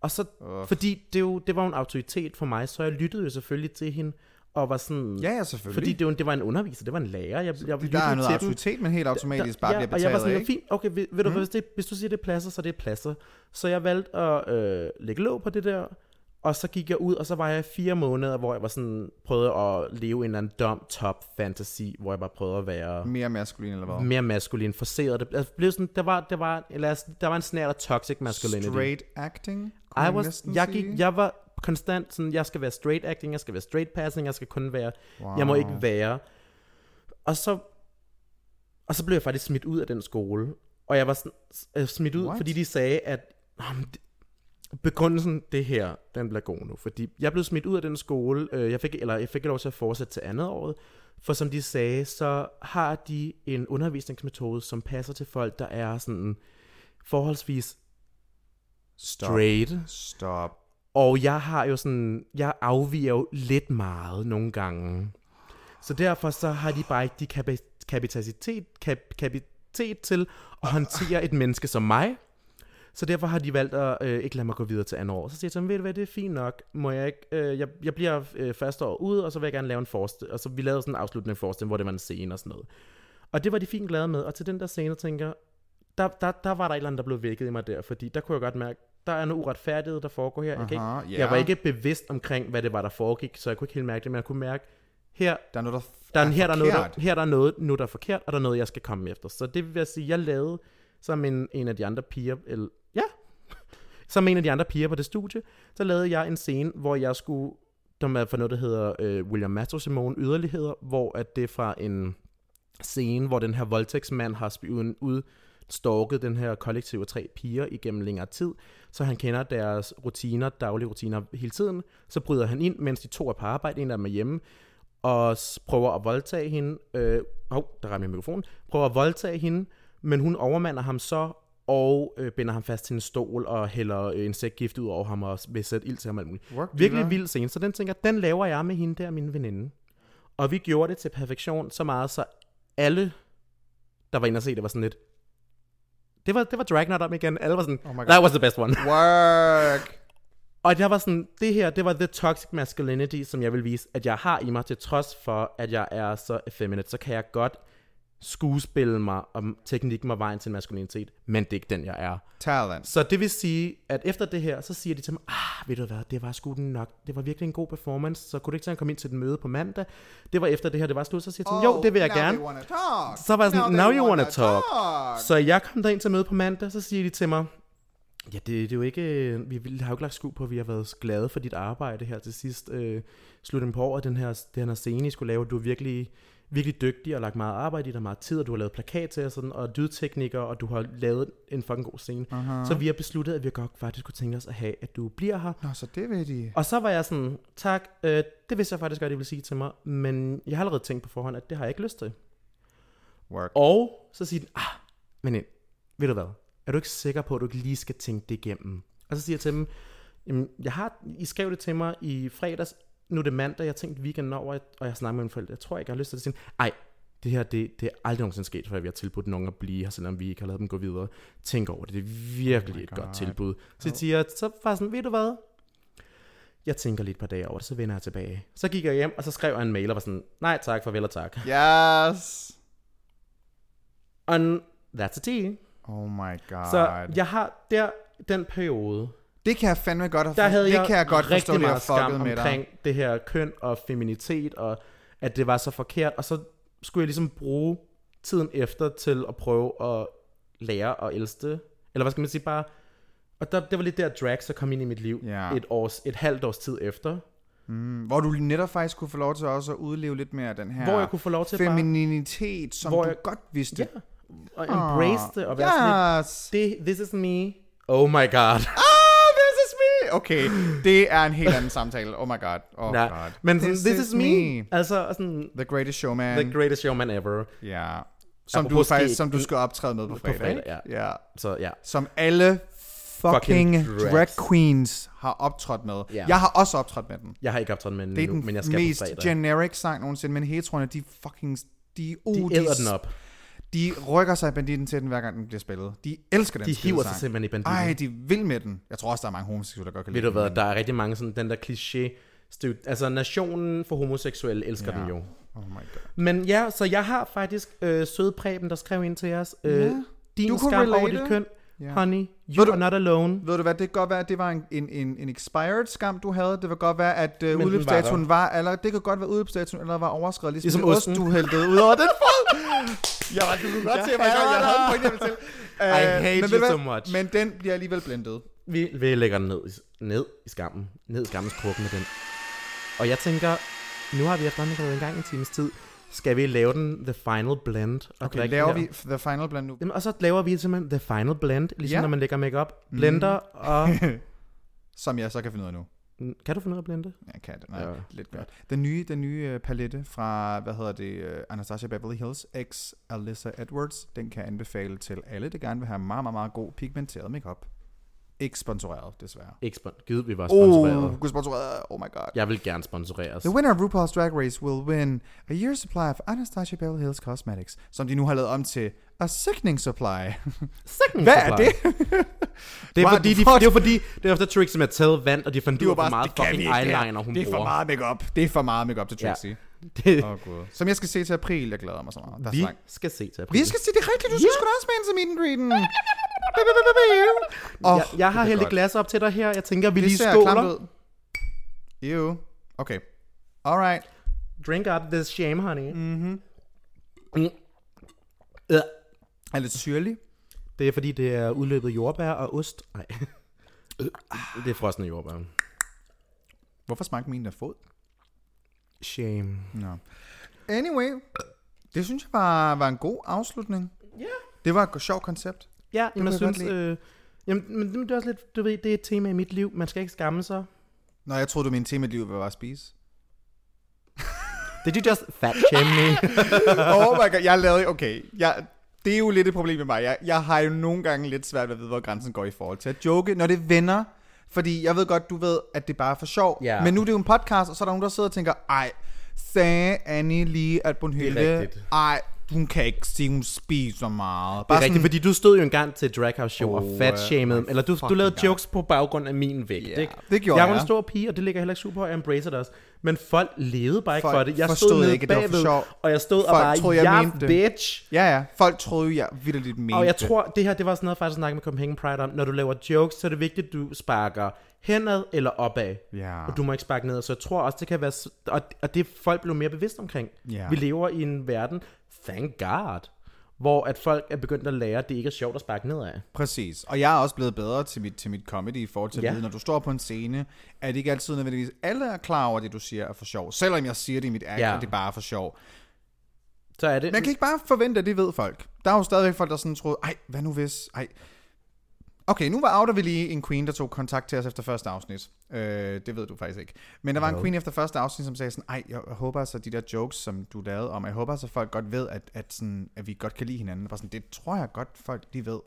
B: Og så, uh. fordi det, jo, det var jo en autoritet for mig, så jeg lyttede jo selvfølgelig til hende, og var sådan...
A: Ja, ja, selvfølgelig.
B: Fordi det, var- det var en underviser, det var en lærer, jeg, jeg
A: Der
B: lyttede
A: er noget
B: til dem.
A: autoritet, men helt automatisk bare bliver
B: og jeg var
A: betaget
B: sådan,
A: af. Mhm.
B: fint, okay, ved, ved du hvad, hvis, det, hvis du siger, det er pladser, så det er pladser. Så jeg valgte at øh, lægge låg på det der, og så gik jeg ud, og så var jeg i fire måneder, hvor jeg var sådan, prøvede at leve en eller anden dom top fantasy, hvor jeg bare prøvede at være
A: Mere maskulin eller hvad?
B: mere maskulin, forseret. Det altså, blev sådan, der var, der var, eller, altså, der var en snært af toxic masculinity.
A: Straight acting? kunne
B: I
A: man
B: was,
A: næsten
B: jeg,
A: sige.
B: gik, jeg var konstant sådan, jeg skal være straight acting, jeg skal være straight passing, jeg skal kun være, wow. jeg må ikke være. Og så, og så blev jeg faktisk smidt ud af den skole. Og jeg var sådan, øh, smidt ud,
A: What?
B: What? fordi de sagde, at "Nå, men det- begrundelsen, det her, den bliver god nu. Fordi jeg blev smidt ud af den skole, øh, jeg fik, eller jeg fik ikke lov til at fortsætte til andet året, for som de sagde, så har de en undervisningsmetode, som passer til folk, der er sådan forholdsvis
A: Stop.
B: straight.
A: Stop.
B: Og jeg har jo sådan, jeg afviger jo lidt meget nogle gange. Så derfor så har de bare ikke de kapa- kapacitet, kap- kapacitet til at håndtere et menneske som mig. Så derfor har de valgt at øh, ikke lade mig gå videre til andet år. Så siger jeg til dem, ved du hvad, det er fint nok. Må jeg ikke, øh, jeg, jeg bliver øh, første år ude, og så vil jeg gerne lave en forestilling. Og så vi lavede sådan en afsluttende forestilling, hvor det var en scene og sådan noget. Og det var de fint glade med. Og til den der scene tænker, jeg, der, der, der var der et eller andet, der blev vækket i mig der, fordi der kunne jeg godt mærke, der er noget uretfærdighed, der foregår her. Jeg, kan
A: Aha,
B: ikke,
A: ja.
B: jeg var ikke bevidst omkring, hvad det var, der foregik, så jeg kunne ikke helt mærke det, men jeg kunne mærke, her
A: Der er noget, der, f-
B: der er, her, der er noget,
A: forkert.
B: der, her der er noget, nu der er forkert, og der er noget, jeg skal komme efter. Så det vil jeg sige, jeg lavede som en, en af de andre piger, eller, ja, som en af de andre piger på det studie, så lavede jeg en scene, hvor jeg skulle, der er for noget, der hedder øh, William Matthew Simone Yderligheder, hvor at det er fra en scene, hvor den her voldtægtsmand har spivet ud, stalket den her kollektiv af tre piger igennem længere tid, så han kender deres rutiner, daglige rutiner hele tiden. Så bryder han ind, mens de to er på arbejde, en af dem er hjemme, og s- prøver at voldtage hende. Øh, hov, der rammer jeg mikrofonen. Prøver at voldtage hende, men hun overmander ham så, og øh, binder ham fast til en stol, og hælder øh, insektgift ud over ham, og s- vil sætte ild til ham og alt muligt.
A: Work,
B: Virkelig
A: dealer.
B: vild scene. Så den tænker, den laver jeg med hende der, min veninde. Og vi gjorde det til perfektion så meget, så alle, der var inde og se det, var sådan lidt, det var, det var Dragnet om igen. Alle var sådan,
A: my
B: oh
A: God.
B: that was the best one.
A: Work.
B: Og jeg var sådan, det her, det var the toxic masculinity, som jeg vil vise, at jeg har i mig, til trods for, at jeg er så effeminate, så kan jeg godt skuespille mig, om teknikken var vejen til maskulinitet, men det er ikke den, jeg er.
A: Talent.
B: Så det vil sige, at efter det her, så siger de til mig, ah, ved du hvad, det var sgu den nok, det var virkelig en god performance, så kunne du ikke tænke at komme ind til et møde på mandag? Det var efter det her, det var slut, så siger de, oh, jo, det vil jeg
A: now
B: gerne.
A: they wanna talk.
B: Så var jeg sådan, now,
A: they
B: you wanna
A: wanna
B: talk. Så jeg kom derind til møde på mandag, så siger de til mig, ja, det, det er jo ikke, øh, vi, vi har jo ikke lagt skub på, at vi har været glade for dit arbejde her til sidst. Øh, slutten på året, den her, den her scene, I skulle lave, du er virkelig, virkelig dygtig og lagt meget arbejde i dig, meget tid, og du har lavet plakat til og sådan, og lydteknikker, og du har lavet en fucking god scene. Uh-huh. Så vi har besluttet, at vi godt faktisk kunne tænke os at have, at du bliver her.
A: Nå, så det ved de.
B: Og så var jeg sådan, tak, øh, det vidste jeg faktisk godt, I ville sige til mig, men jeg har allerede tænkt på forhånd, at det har jeg ikke lyst til.
A: Work.
B: Og så siger den, ah, men ind, ved du hvad, er du ikke sikker på, at du ikke lige skal tænke det igennem? Og så siger jeg til dem, "Jamen, jeg har, I skrev det til mig i fredags, nu er det mandag, jeg tænkte weekenden over, og jeg snakker med mine forældre, jeg tror ikke, jeg har lyst til det. Så siger den, Ej, det her, det, det er aldrig nogensinde sket, før vi har tilbudt nogen at blive her, selvom vi ikke har lavet dem gå videre. Tænk over det, det er virkelig oh et godt tilbud. Så siger jeg, så var jeg sådan, ved du hvad, jeg tænker lidt et par dage over det, så vender jeg tilbage. Så gik jeg hjem, og så skrev jeg en mail og var sådan, nej tak, farvel og tak.
A: Yes.
B: And that's a tea.
A: Oh my god.
B: Så jeg har der den periode,
A: det kan jeg fandme godt have
B: der havde
A: det
B: jeg,
A: kan jeg godt
B: rigtig
A: forstå, det har
B: meget skam
A: fucket med dig.
B: omkring det her køn og feminitet, og at det var så forkert, og så skulle jeg ligesom bruge tiden efter til at prøve at lære og elske, eller hvad skal man sige, bare, og der, det var lidt der drag så kom ind i mit liv,
A: Ja.
B: et, års, et halvt års tid efter,
A: Hvor du netop faktisk kunne få lov til også at udleve lidt mere af den her
B: Hvor jeg kunne få lov til bare-
A: femininitet, som
B: Hvor
A: du
B: jeg-
A: godt vidste. Yeah.
B: og embrace det, og være sådan lidt,
A: Yes.
B: det, this is me, oh my god.
A: Ah, this is me! okay, det er en helt anden samtale. Oh my god. Oh
B: Nej,
A: god.
B: men sådan, this, is me. Altså sådan,
A: The Greatest Showman.
B: the greatest showman ever.
A: Ja. Som du,
B: Apropos
A: faktisk,
B: skæg.
A: som du skal optræde med på fredag.
B: fredag,
A: ikke?
B: ja.
A: ja.
B: Så ja.
A: Som alle fucking,
B: Fucking
A: drag.
B: drags.
A: queens har optrådt med.
B: Ja.
A: Jeg har også optrådt med den.
B: Jeg har ikke optrådt med den
A: Det er
B: endnu,
A: den
B: men jeg skal
A: mest
B: på fredag.
A: generic sang nogensinde, men heteroerne, de fucking... De, uh,
B: de æder den op.
A: De rykker sig i banditten til den, hver gang den bliver spillet. De elsker den
B: De
A: skide
B: hiver sig
A: sang.
B: simpelthen i banditten.
A: Ej, de vil med den. Jeg tror også, der er mange homoseksuelle, der godt kan
B: Ved
A: lide
B: du hvad,
A: den,
B: der er rigtig mange sådan, den der kliché. stereo- Altså, nationen for homoseksuelle elsker
A: men-
B: ja. den jo.
A: Oh my god.
B: Men ja, så jeg har faktisk øh, søde Preben, der skrev ind til os. Øh,
A: Ja.
B: Din
A: Du kunne
B: skam over
A: relate.
B: dit køn,
A: Ja.
B: honey,
A: Ved
B: you
A: du-
B: are not alone.
A: Ved du hvad, det kan godt være, at det var en, en, en, en expired skam, du havde. Det kan godt være, at øh,
B: var
A: udløbsdatuen
B: der.
A: var, eller det kan godt være, at udløbsdatuen allerede var overskrevet, ligesom,
B: Ligesom
A: det
B: osten.
A: ost, du hældte ud over den fod. Jeg var du kunne godt til, at jeg, jeg havde en pointe, jeg ville til. Uh,
B: hate
A: men ved
B: you
A: du
B: so
A: hvad?
B: much.
A: Men den bliver alligevel blendet.
B: Vi, vi lægger den ned, i- ned i skammen. Ned i skammens kruk med den. Og jeg tænker, nu har vi efterhånden gået en gang en times tid. Skal vi lave den The Final Blend? Og
A: Okay,
B: drikke
A: laver
B: den
A: vi
B: her?
A: the final blend nu.
B: Jamen, og så laver vi simpelthen The Final Blend, ligesom
A: Ja.
B: ja. når man lægger makeup. Blender mm. og...
A: Som jeg så kan finde ud af nu.
B: Kan du finde ud af at blende?
A: Jeg kan det. Nej, ja.
B: Ja.
A: lidt godt. Den nye, den nye øh, palette fra, hvad hedder det, øh, Anastasia Beverly Hills x Alyssa Edwards, den kan jeg anbefale til alle, der gerne vil have meget, meget, meget god pigmenteret makeup. Ikke sponsoreret, desværre.
B: Ikke spon- Gud, vi var sponsoreret.
A: Oh, gud sponsoreret. Oh my god.
B: Jeg vil gerne sponsoreres.
A: The winner of RuPaul's Drag Race will win a year's supply of Anastasia Beverly Hills Cosmetics, som de nu har lavet om til a sickening supply.
B: Second
A: Hvad er
B: supply.
A: det?
B: Det er
A: What
B: fordi,
A: the
B: de,
A: fuck?
B: det er fordi, det er efter Trixie Mattel vandt, og de fandt ud af, hvor meget
A: det kan vi
B: fucking
A: ikke, det her.
B: eyeliner hun
A: Det er for
B: bruger.
A: meget makeup. Det er for meget makeup til Trixie.
B: Det,
A: Åh oh, gud. Som jeg skal se til april, jeg glæder mig så meget. Der er så
B: vi
A: langt.
B: skal se til april.
A: Vi skal se det rigtigt. Du skal
B: Ja.
A: sgu da også med ind til meet and greeten.
B: Oh,
A: Åh,
B: jeg, jeg har
A: det er
B: hældt et
A: godt.
B: glas op til dig her. Jeg tænker, vi
A: Det
B: lige
A: ser klamt
B: skåler.
A: ud. Ew. Okay. Alright.
B: Drink up this shame, honey. Mm-hmm.
A: Er lidt syrlig.
B: Det er fordi, det er udløbet jordbær og ost. Nej. Det er frosne jordbær.
A: Hvorfor smagte min af fod?
B: Shame.
A: Anyway. Det synes jeg var, var en god afslutning. Ja. Det var et sjovt koncept.
B: Ja, jamen, jeg
A: kunne jeg
B: synes... Øh, jamen, men det er også lidt, du ved, det er et tema i mit liv. Man skal ikke skamme sig.
A: Nå, jeg troede, du mente tema i livet var at spise.
B: Did you just fat shame me?
A: oh my god, jeg lavede... Okay, jeg, det er jo lidt et problem med mig. Jeg, jeg har jo nogle gange lidt svært ved at vide, hvor grænsen går i forhold til at joke, når det er venner. Fordi jeg ved godt, du ved, at det bare er for sjov.
B: Ja.
A: Men nu er det jo en podcast, og så er der nogen, der sidder og tænker, ej, sagde Annie lige, at Brunhilde,
B: rigtigt.
A: ej, hun kan ikke sige, hun spiser meget.
B: Det
A: Bare
B: er rigtigt,
A: sådan,
B: fordi du stod jo engang til Drag House Show
A: Oh,
B: og fat shamede, eller du, du lavede jokes på baggrund af min vægt,
A: Ja,
B: ikke?
A: det gjorde
B: jeg. var
A: jeg.
B: en stor pige, og det ligger heller ikke super, og jeg embracer det også. Men folk levede bare ikke
A: Folk
B: for det. Jeg
A: forstod
B: stod nede
A: ikke, at det var for
B: bagved,
A: sjov.
B: og jeg stod og
A: Folk
B: bare,
A: troede,
B: jeg,
A: jeg
B: jeg
A: mente det."
B: bitch.
A: ja, ja, folk troede, jeg vildt lidt mente
B: Og jeg
A: det.
B: tror, det her, det var sådan noget, jeg faktisk snakke med Copenhagen Pride om. Når du laver jokes, så er det vigtigt, at du sparker henad eller opad.
A: Ja.
B: Og du må ikke sparke nedad. Så jeg tror også, det kan være... s- Og, og det er folk blev mere bevidst omkring.
A: Ja.
B: Vi lever i en verden, thank god, hvor at folk er begyndt at lære, at det ikke er sjovt at sparke nedad.
A: Præcis. Og jeg er også blevet bedre til mit, til mit comedy i forhold til at
B: Ja.
A: vide, når du står på en scene, er det ikke altid nødvendigvis alle er klar over, at det du siger er for sjov. Selvom jeg siger det i mit act, ja.
B: Ja.
A: og det er bare for sjov.
B: Så er det...
A: Man kan ikke bare forvente, at det ved folk. Der er jo stadigvæk folk, der sådan troede, ej, hvad nu hvis, ej. Okay, nu var outer vi lige en queen, der tog kontakt til os efter første afsnit. Øh, det ved du faktisk ikke. Men der var en queen efter første afsnit, som sagde sådan, ej, jeg jeg håber altså, de der jokes, som du lavede om, jeg håber altså, folk godt ved, at, at, sådan, at vi godt kan lide hinanden. Bare sådan, det tror jeg godt, folk de ved.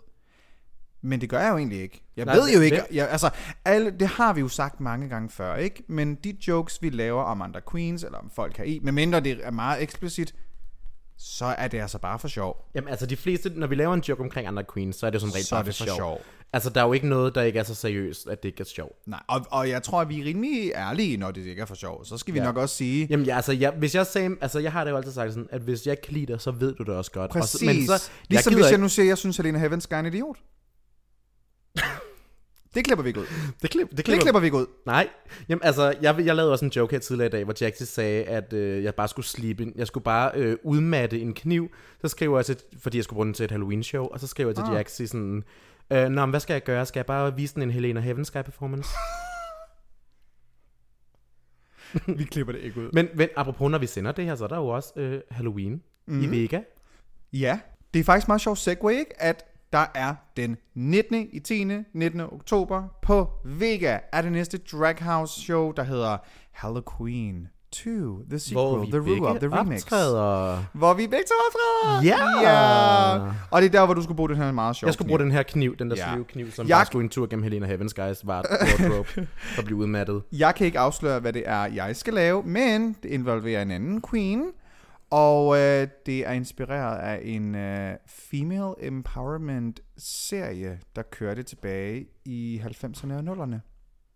A: Men det gør jeg jo egentlig ikke. Jeg Nej,
B: Nej,
A: ved jo
B: det-
A: ikke,
B: det-
A: jeg, altså, alle, det har vi jo sagt mange gange før, ikke? Men de jokes, vi laver om andre queens, eller om folk her i, medmindre det er meget eksplicit, så er det altså bare for sjov.
B: Jamen altså de fleste, når vi laver en joke omkring andre queens, så er det jo som regel
A: Så er
B: bare
A: det for
B: sjov.
A: sjov.
B: Altså der er jo ikke noget, der ikke er så seriøst, at det ikke er sjovt.
A: Nej, og, og jeg tror, at vi er rimelig ærlige, når det ikke er for sjov. Så skal vi ja. nok også sige,
B: Jamen ja, altså, jeg, hvis jeg sagde, altså jeg har det jo altid sagt sådan, at hvis jeg ikke kan lide dig, så ved du det også godt.
A: præcis.
B: Og så, men så,
A: ligesom
B: jeg
A: hvis
B: gider
A: jeg nu siger, at jeg synes, at Lena Heavens er en idiot. det klipper vi ikke ud.
B: ikke- Det, klip, det, klipper,
A: Det klipper vi ikke ud.
B: Nej. Jamen altså, jeg, jeg lavede også en joke her tidligere i dag, hvor Jaxi sagde, at øh, jeg bare skulle slippe en, jeg skulle bare øh, udmatte en kniv. Så skriver jeg til, fordi jeg skulle bruge den til et Halloween-show, og så skriver jeg til ah. Jaxi sådan, øh, Nå, men hvad skal jeg gøre? Skal jeg bare vise den en Helena Heaven Sky performance?
A: Vi klipper det ikke ud.
B: Men, men apropos, når vi sender det her, så er
A: Mhm.
B: der jo også øh, Halloween mm. i Vega.
A: Ja, det er faktisk meget sjovt segue, ikke? At der er den 19. i 10. 19. oktober på Vega er det næste Drag House show, der hedder Halloween 2, The Sequel,
B: Hvor vi
A: The Rue-Up, The
B: begge
A: Remix.
B: optræder.
A: Hvor vi begge to optræder.
B: Ja!
A: ja! Og det er der, hvor du skulle bruge den her meget sjov
B: Jeg skulle bruge den her kniv, den der
A: Ja.
B: ja. slive kniv, som
A: Jeg-
B: jeg... bare skulle en tur gennem Helena Heavens Guys var wardrobe og blive udmattet.
A: Jeg kan ikke afsløre, hvad det er, jeg skal lave, men det involverer en anden queen, og øh, det er inspireret af en øh, female empowerment-serie, der kørte tilbage i 90'erne og 0'erne.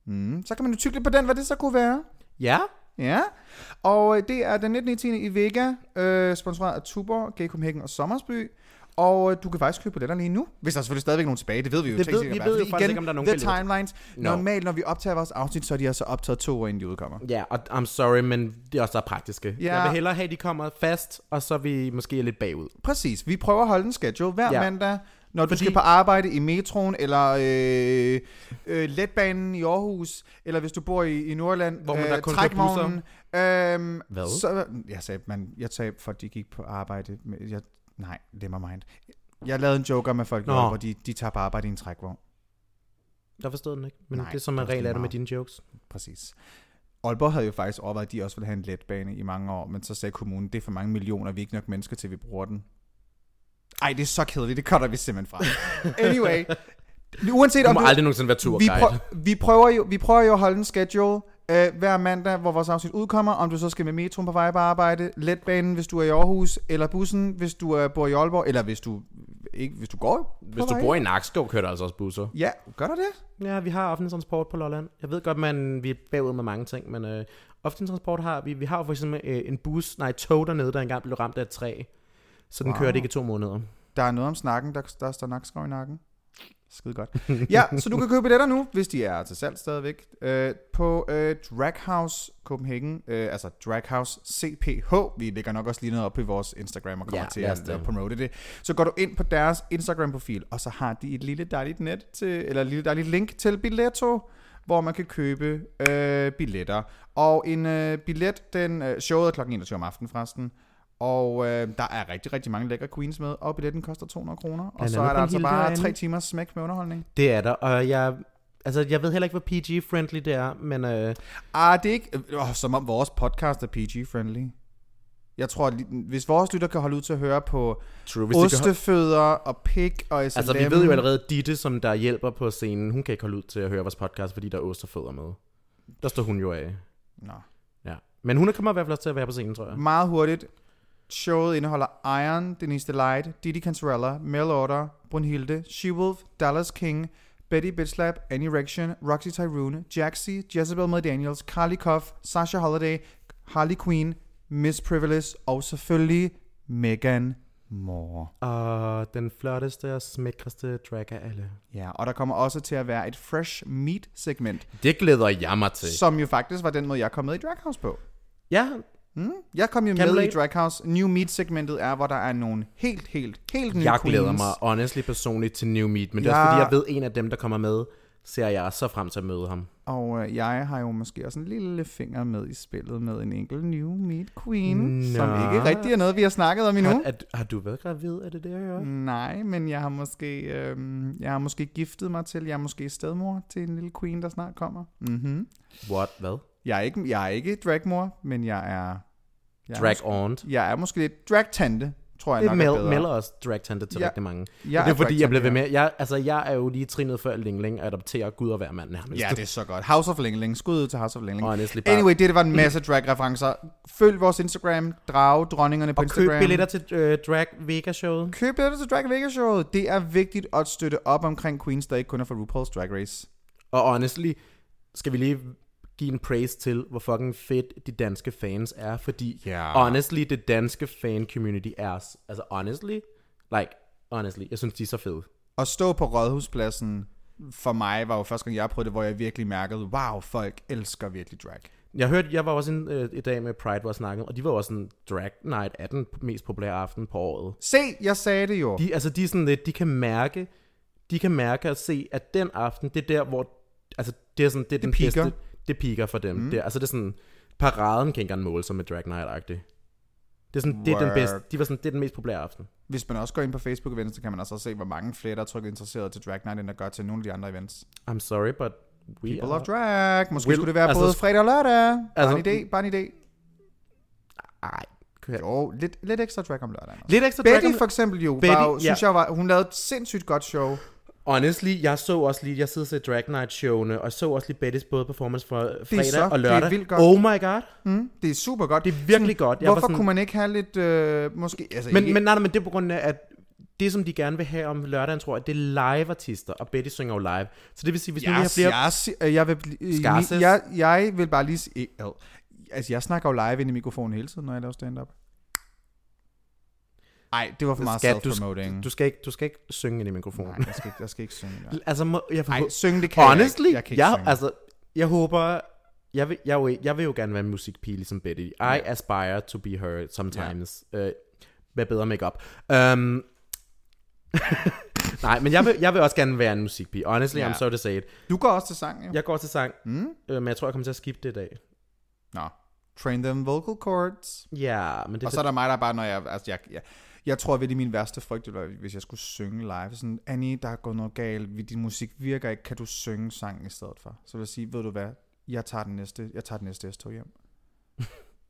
A: Mm. Så kan man jo tykke lidt på den, hvad det så kunne være.
B: Ja?
A: Ja, og øh, det er den 19. 10. i Vega, øh, sponsoreret af Tuborg, Gay Copenhagen og Sommersby. Og øh, du kan faktisk købe billetter lige nu, hvis der selvfølgelig stadigvæk er nogen tilbage. Det ved vi jo
B: Det
A: teknisk
B: ved-
A: ikke,
B: vi
A: hvad
B: ved
A: er,
B: jo
A: fordi
B: faktisk ikke, om der er nogen
A: the
B: billeder.
A: timelines.
B: Nå.
A: Normalt, når vi optager vores afsnit, så er de altså optaget to år, inden de udkommer.
B: Ja, og I'm sorry, men det er også der er praktiske.
A: Ja.
B: Ja. Jeg vil hellere have, at de kommer fast, og så er vi måske lidt bagud.
A: Præcis, vi prøver at holde en schedule hver ja.
B: Ja.
A: mandag, når du
B: Fordi-
A: skal på arbejde i metroen, eller øh, øh, letbanen i Aarhus, eller hvis du bor i, i Nordland,
B: Hvor man-
A: øh,
B: der kun kører
A: trækvognen, Øhm,
B: Hvad?
A: Så, jeg sagde, man, jeg sagde, folk de gik på arbejde. Med, jeg, nej, det var mind. Jeg lavede en joker med folk, i
B: Nå.
A: Aarhus, hvor de, de tager på arbejde i en trækvogn.
B: Jeg forstod den ikke, men
A: Nej,
B: Nej, det er som en
A: det er
B: regel er det med
A: meget.
B: dine jokes.
A: Præcis. Aalborg havde jo faktisk overvejet, at de også ville have en letbane i mange år, men så sagde kommunen, det er for mange millioner, vi er ikke nok mennesker til, vi bruger den. Ej, det er så kedeligt, det cutter vi simpelthen fra. Anyway, uanset
B: Du
A: om
B: må
A: du...
B: aldrig nogensinde være
A: vi,
B: turguide.
A: prøver, vi, prøver jo, vi prøver jo at holde en schedule øh, hver mandag, hvor vores afsnit udkommer, om du så skal med metroen på vej på arbejde, letbanen, hvis du er i Aarhus, eller bussen, hvis du øh, bor i Aalborg, eller hvis du, ikke, hvis du går
B: Hvis du bor i Nakskov, kører der altså også busser.
A: Ja, gør der det?
B: Ja, vi har offentlig transport på Lolland. Jeg ved godt, man vi er bagud med mange ting, men øh, offentlig transport har vi. Vi har jo for eksempel øh, en bus, nej, et tog dernede, der engang blev ramt af et træ. Så den wow. kørte ikke i to måneder.
A: Der er noget om snakken, der, der står nok i nakken. Skide godt. Ja, så du kan købe billetter nu, hvis de er til salg stadigvæk, øh, på øh, Draghouse Copenhagen, øh, altså Draghouse CPH. Vi lægger nok også lige noget op i vores Instagram og kommer
B: Ja,
A: til
B: lad os
A: at
B: det.
A: øh, promote det. Så går du ind på deres Instagram-profil, og så har de et lille dejligt net til, eller et lille dejligt link til Billetto, hvor man kan købe øh, billetter. Og en øh, billet, den øh, showet er kl. 21 om aftenen forresten, og øh, der er rigtig, rigtig mange lækre queens med, og billetten koster 200 kroner. Og
B: Blandt
A: så
B: andet
A: er der
B: kun
A: altså
B: Hilde
A: bare
B: herinde.
A: tre timers smæk med underholdning.
B: Det er der, og jeg, altså, jeg ved heller ikke, hvor PG-friendly det er, men øh,
A: Ah, det er ikke... Oh, som om vores podcast er PG-friendly. Jeg tror, at li- hvis vores lytter kan holde ud til at høre på
B: True, hvis de kan holde-
A: osteføder og pik og SLM...
B: altså, vi ved jo allerede, Ditte, som der hjælper på scenen, hun kan ikke holde ud til at høre vores podcast, fordi der er ost og fødder med. Der står hun jo af.
A: Nå.
B: Ja. Men hun kommer i hvert fald også til at være på scenen, tror jeg.
A: Meget hurtigt. Showet indeholder Iron, Denise Delight, Didi Cantarella, Mel Order, Brunhilde, She-Wolf, Dallas King, Betty Bitchlap, Annie Rection, Roxy Tyrone, Jaxi, Jezebel May Daniels, Carly Koff, Sasha Holiday, Harley Quinn, Miss Privilege og selvfølgelig Megan Moore.
B: Og den flotteste og smækreste drag af alle.
A: Ja, og der kommer også til at være et fresh meat segment,
B: Det glæder jeg mig til.
A: som jo faktisk var den måde, jeg kom med i Drag House på.
B: Ja,
A: Jeg kom jo
B: Kan du
A: med i
B: lide-
A: Drag House. New meat segmentet er, hvor der er nogle helt, helt, helt nye
B: Jeg
A: queens.
B: glæder mig honestly personligt til New Meat, men det er
A: Ja.
B: også fordi, jeg ved, en af dem, der kommer med, ser jeg så frem til at møde ham.
A: Og øh, jeg har jo måske også en lille finger med i spillet med en enkelt new meat queen, Nå.
B: Nå.
A: som ikke rigtig er noget, vi har snakket om endnu.
B: Har, er, har du været gravid? Er det det, jeg hører?
A: Nej, men jeg har måske øh, jeg har måske giftet mig til, jeg er måske stedmor til en lille queen, der snart kommer. Mm-hmm.
B: What? Hvad?
A: Jeg er ikke, jeg er ikke dragmor, men jeg er... Jeg er
B: Drag aunt.
A: Jeg er måske lidt drag-tante, tror jeg
B: Det
A: nok er bedre.
B: mel- melder også drag tante til
A: Ja.
B: ja. rigtig mange.
A: Jeg
B: Jeg det
A: er
B: er fordi, jeg
A: drag-tante,
B: blev ved med. Jeg, altså, jeg er jo lige trinet før Lingling og adopterer Gud og hver mand nærmest.
A: Ja, det er så godt. House of Lingling. Skud ud til House of Lingling.
B: Honestly, bare-
A: anyway, det, det var en masse drag-referencer. Følg vores Instagram. Drage dronningerne på
B: og køb
A: Instagram.
B: billetter til øh, Drag Vega showet.
A: Køb billetter til Drag Vega Showet. Det er vigtigt at støtte op omkring queens, der ikke kun er fra RuPaul's Drag Race.
B: Og honestly, skal vi lige give en praise til, hvor fucking fedt de danske fans er, fordi
A: Ja.
B: honestly, det danske fan community er, s- altså honestly, like, honestly, jeg synes, de er så fede.
A: At stå på Rådhuspladsen for mig var jo første gang, jeg prøvede det, hvor jeg virkelig mærkede, wow, folk elsker virkelig drag.
B: Jeg hørte, jeg var også en, øh, i dag med Pride, hvor jeg snakkede, og de var også en drag night af den mest populære aften på året.
A: Se, jeg sagde det jo.
B: De, altså, de er sådan lidt, de kan mærke, de kan mærke og se, at den aften, det er der, hvor, altså, det er sådan, det er det den
A: piker.
B: bedste, det piker for dem. Mm. Det, er- altså, det er sådan, paraden kan ikke engang måle sig med drag night-agtigt. Det er sådan, det er den
A: Word.
B: bedste. De var sådan, det er den mest populære aften.
A: Hvis man også går ind på Facebook events, så kan man altså se, hvor mange flere, der er trykket interesseret til Drag Night, end der gør til nogle af de andre events.
B: I'm sorry, but we
A: People
B: are...
A: love drag. Måske
B: Will-
A: Will, skulle det være
B: altså-
A: altså, både fredag og lørdag. Altså,
B: Altså-
A: bare en idé, bare en idé.
B: Ej, kør.
A: Jo, lidt, lidt ekstra drag om lørdagen. også.
B: Lidt ekstra
A: Betty
B: drag om-
A: for eksempel jo, Betty,
B: Betty,
A: var, jo- synes
B: ja.
A: jeg var, hun lavede et sindssygt godt show.
B: Honestly, jeg så også lige, jeg sidder til Drag Night showene, og jeg så også lige Bettys både performance fra fredag
A: så-
B: og
A: det er
B: lørdag.
A: vildt godt.
B: Oh my god.
A: Mm, det er super godt.
B: Det er virkelig godt. Jeg var
A: Hvorfor
B: sådan-
A: kunne man ikke have lidt, øh, måske, altså
B: Men,
A: ikke,
B: men, nej, nej, men det er på grund af, at det, som de gerne vil have om lørdagen, tror jeg, det er live-artister, og Betty synger jo live. Så det vil sige, hvis nu vi har
A: yes,
B: flere...
A: yes, øh, jeg, vil, bli-
B: Scarces.
A: jeg, jeg vil bare lige sige, øh, altså jeg snakker jo live ind i mikrofonen hele tiden, når jeg laver stand-up. Nej, det var for meget
B: Skat, du,
A: self-promoting.
B: du, skal ikke, du skal ikke synge ind i mikrofonen.
A: Nej, jeg skal, ikke- jeg skal ikke synge. i hvert fald.
B: altså, må, jeg
A: Nej,
B: forhå-
A: synge, det kan jeg ikke.
B: Honestly,
A: Jeg kan ikke
B: jeg,
A: synge.
B: altså, jeg håber... Jeg vil, jeg, er jo, ikke- jeg vil jo gerne være en musikpige ligesom Betty. I aspire to be her sometimes. Øh, med bedre makeup. Um, nej, men jeg vil, jeg vil også gerne være en musikpige. Honestly,
A: Ja.
B: I'm sorry to say it.
A: Du går også til sang, jo. Hmm?
B: Jeg går til sang, mm. øh, men jeg tror, jeg kommer til at skifte det i dag.
A: Nå. Train them vocal cords.
B: Ja, men det
A: Og så er der mig, der bare, når jeg... Altså, jeg, jeg, jeg tror, at det er min værste frygt, det var, hvis jeg skulle synge live. Sådan, Annie, der er gået noget galt. Din musik virker ikke. Kan du synge sangen i stedet for? Så vil jeg sige, ved du hvad? Jeg tager den næste, jeg tager den næste S-tog hjem.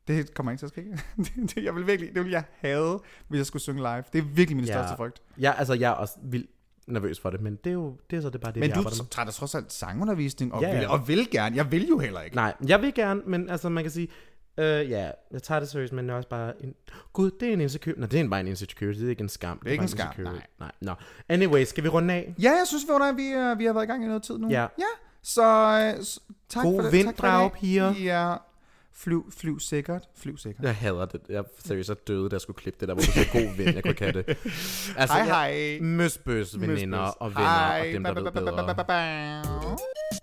A: Det kommer ikke til at ske. Det, det, jeg vil virkelig, det vil jeg have, hvis jeg skulle synge live. Det er virkelig min største frygt.
B: Ja, altså, jeg er også vildt nervøs for det, men det er jo det er så det er bare det,
A: Men
B: jeg
A: du
B: arbejder med.
A: tager da trods alt sangundervisning, og,
B: Ja,
A: ja,
B: ja.
A: vil, og vil gerne. Jeg vil jo heller ikke.
B: Nej, jeg vil gerne, men altså, man kan sige, øh, ja, jeg tager det seriøst, men det er også bare en... Gud, det er en insecurity. Nej, det er en- bare en insecurity, det er ikke en skam. Det
A: ikke
B: bare
A: en skam,
B: insecurity. Nej, no. Anyway, skal vi runde af?
A: Ja, jeg synes, vi, er- vi, er- vi har været i gang i noget tid nu.
B: Ja.
A: ja så øh, s- tak
B: God
A: for det.
B: vind,
A: tak for i dag.
B: dragepiger.
A: Ja. Flyv, flyv sikkert. Flyv sikkert. Ja.
B: Jeg hader det. Jeg seriøst er døde, da jeg skulle klippe det der, hvor du sagde god ven. Jeg kunne ikke have det. Altså,
A: Hej, hej.
B: Møsbøs, veninder
A: Møsbøs.
B: og venner og dem, der
A: Ba,
B: ved
A: ba, ba, ba, ba, ba,
B: bedre.
A: ba, ba.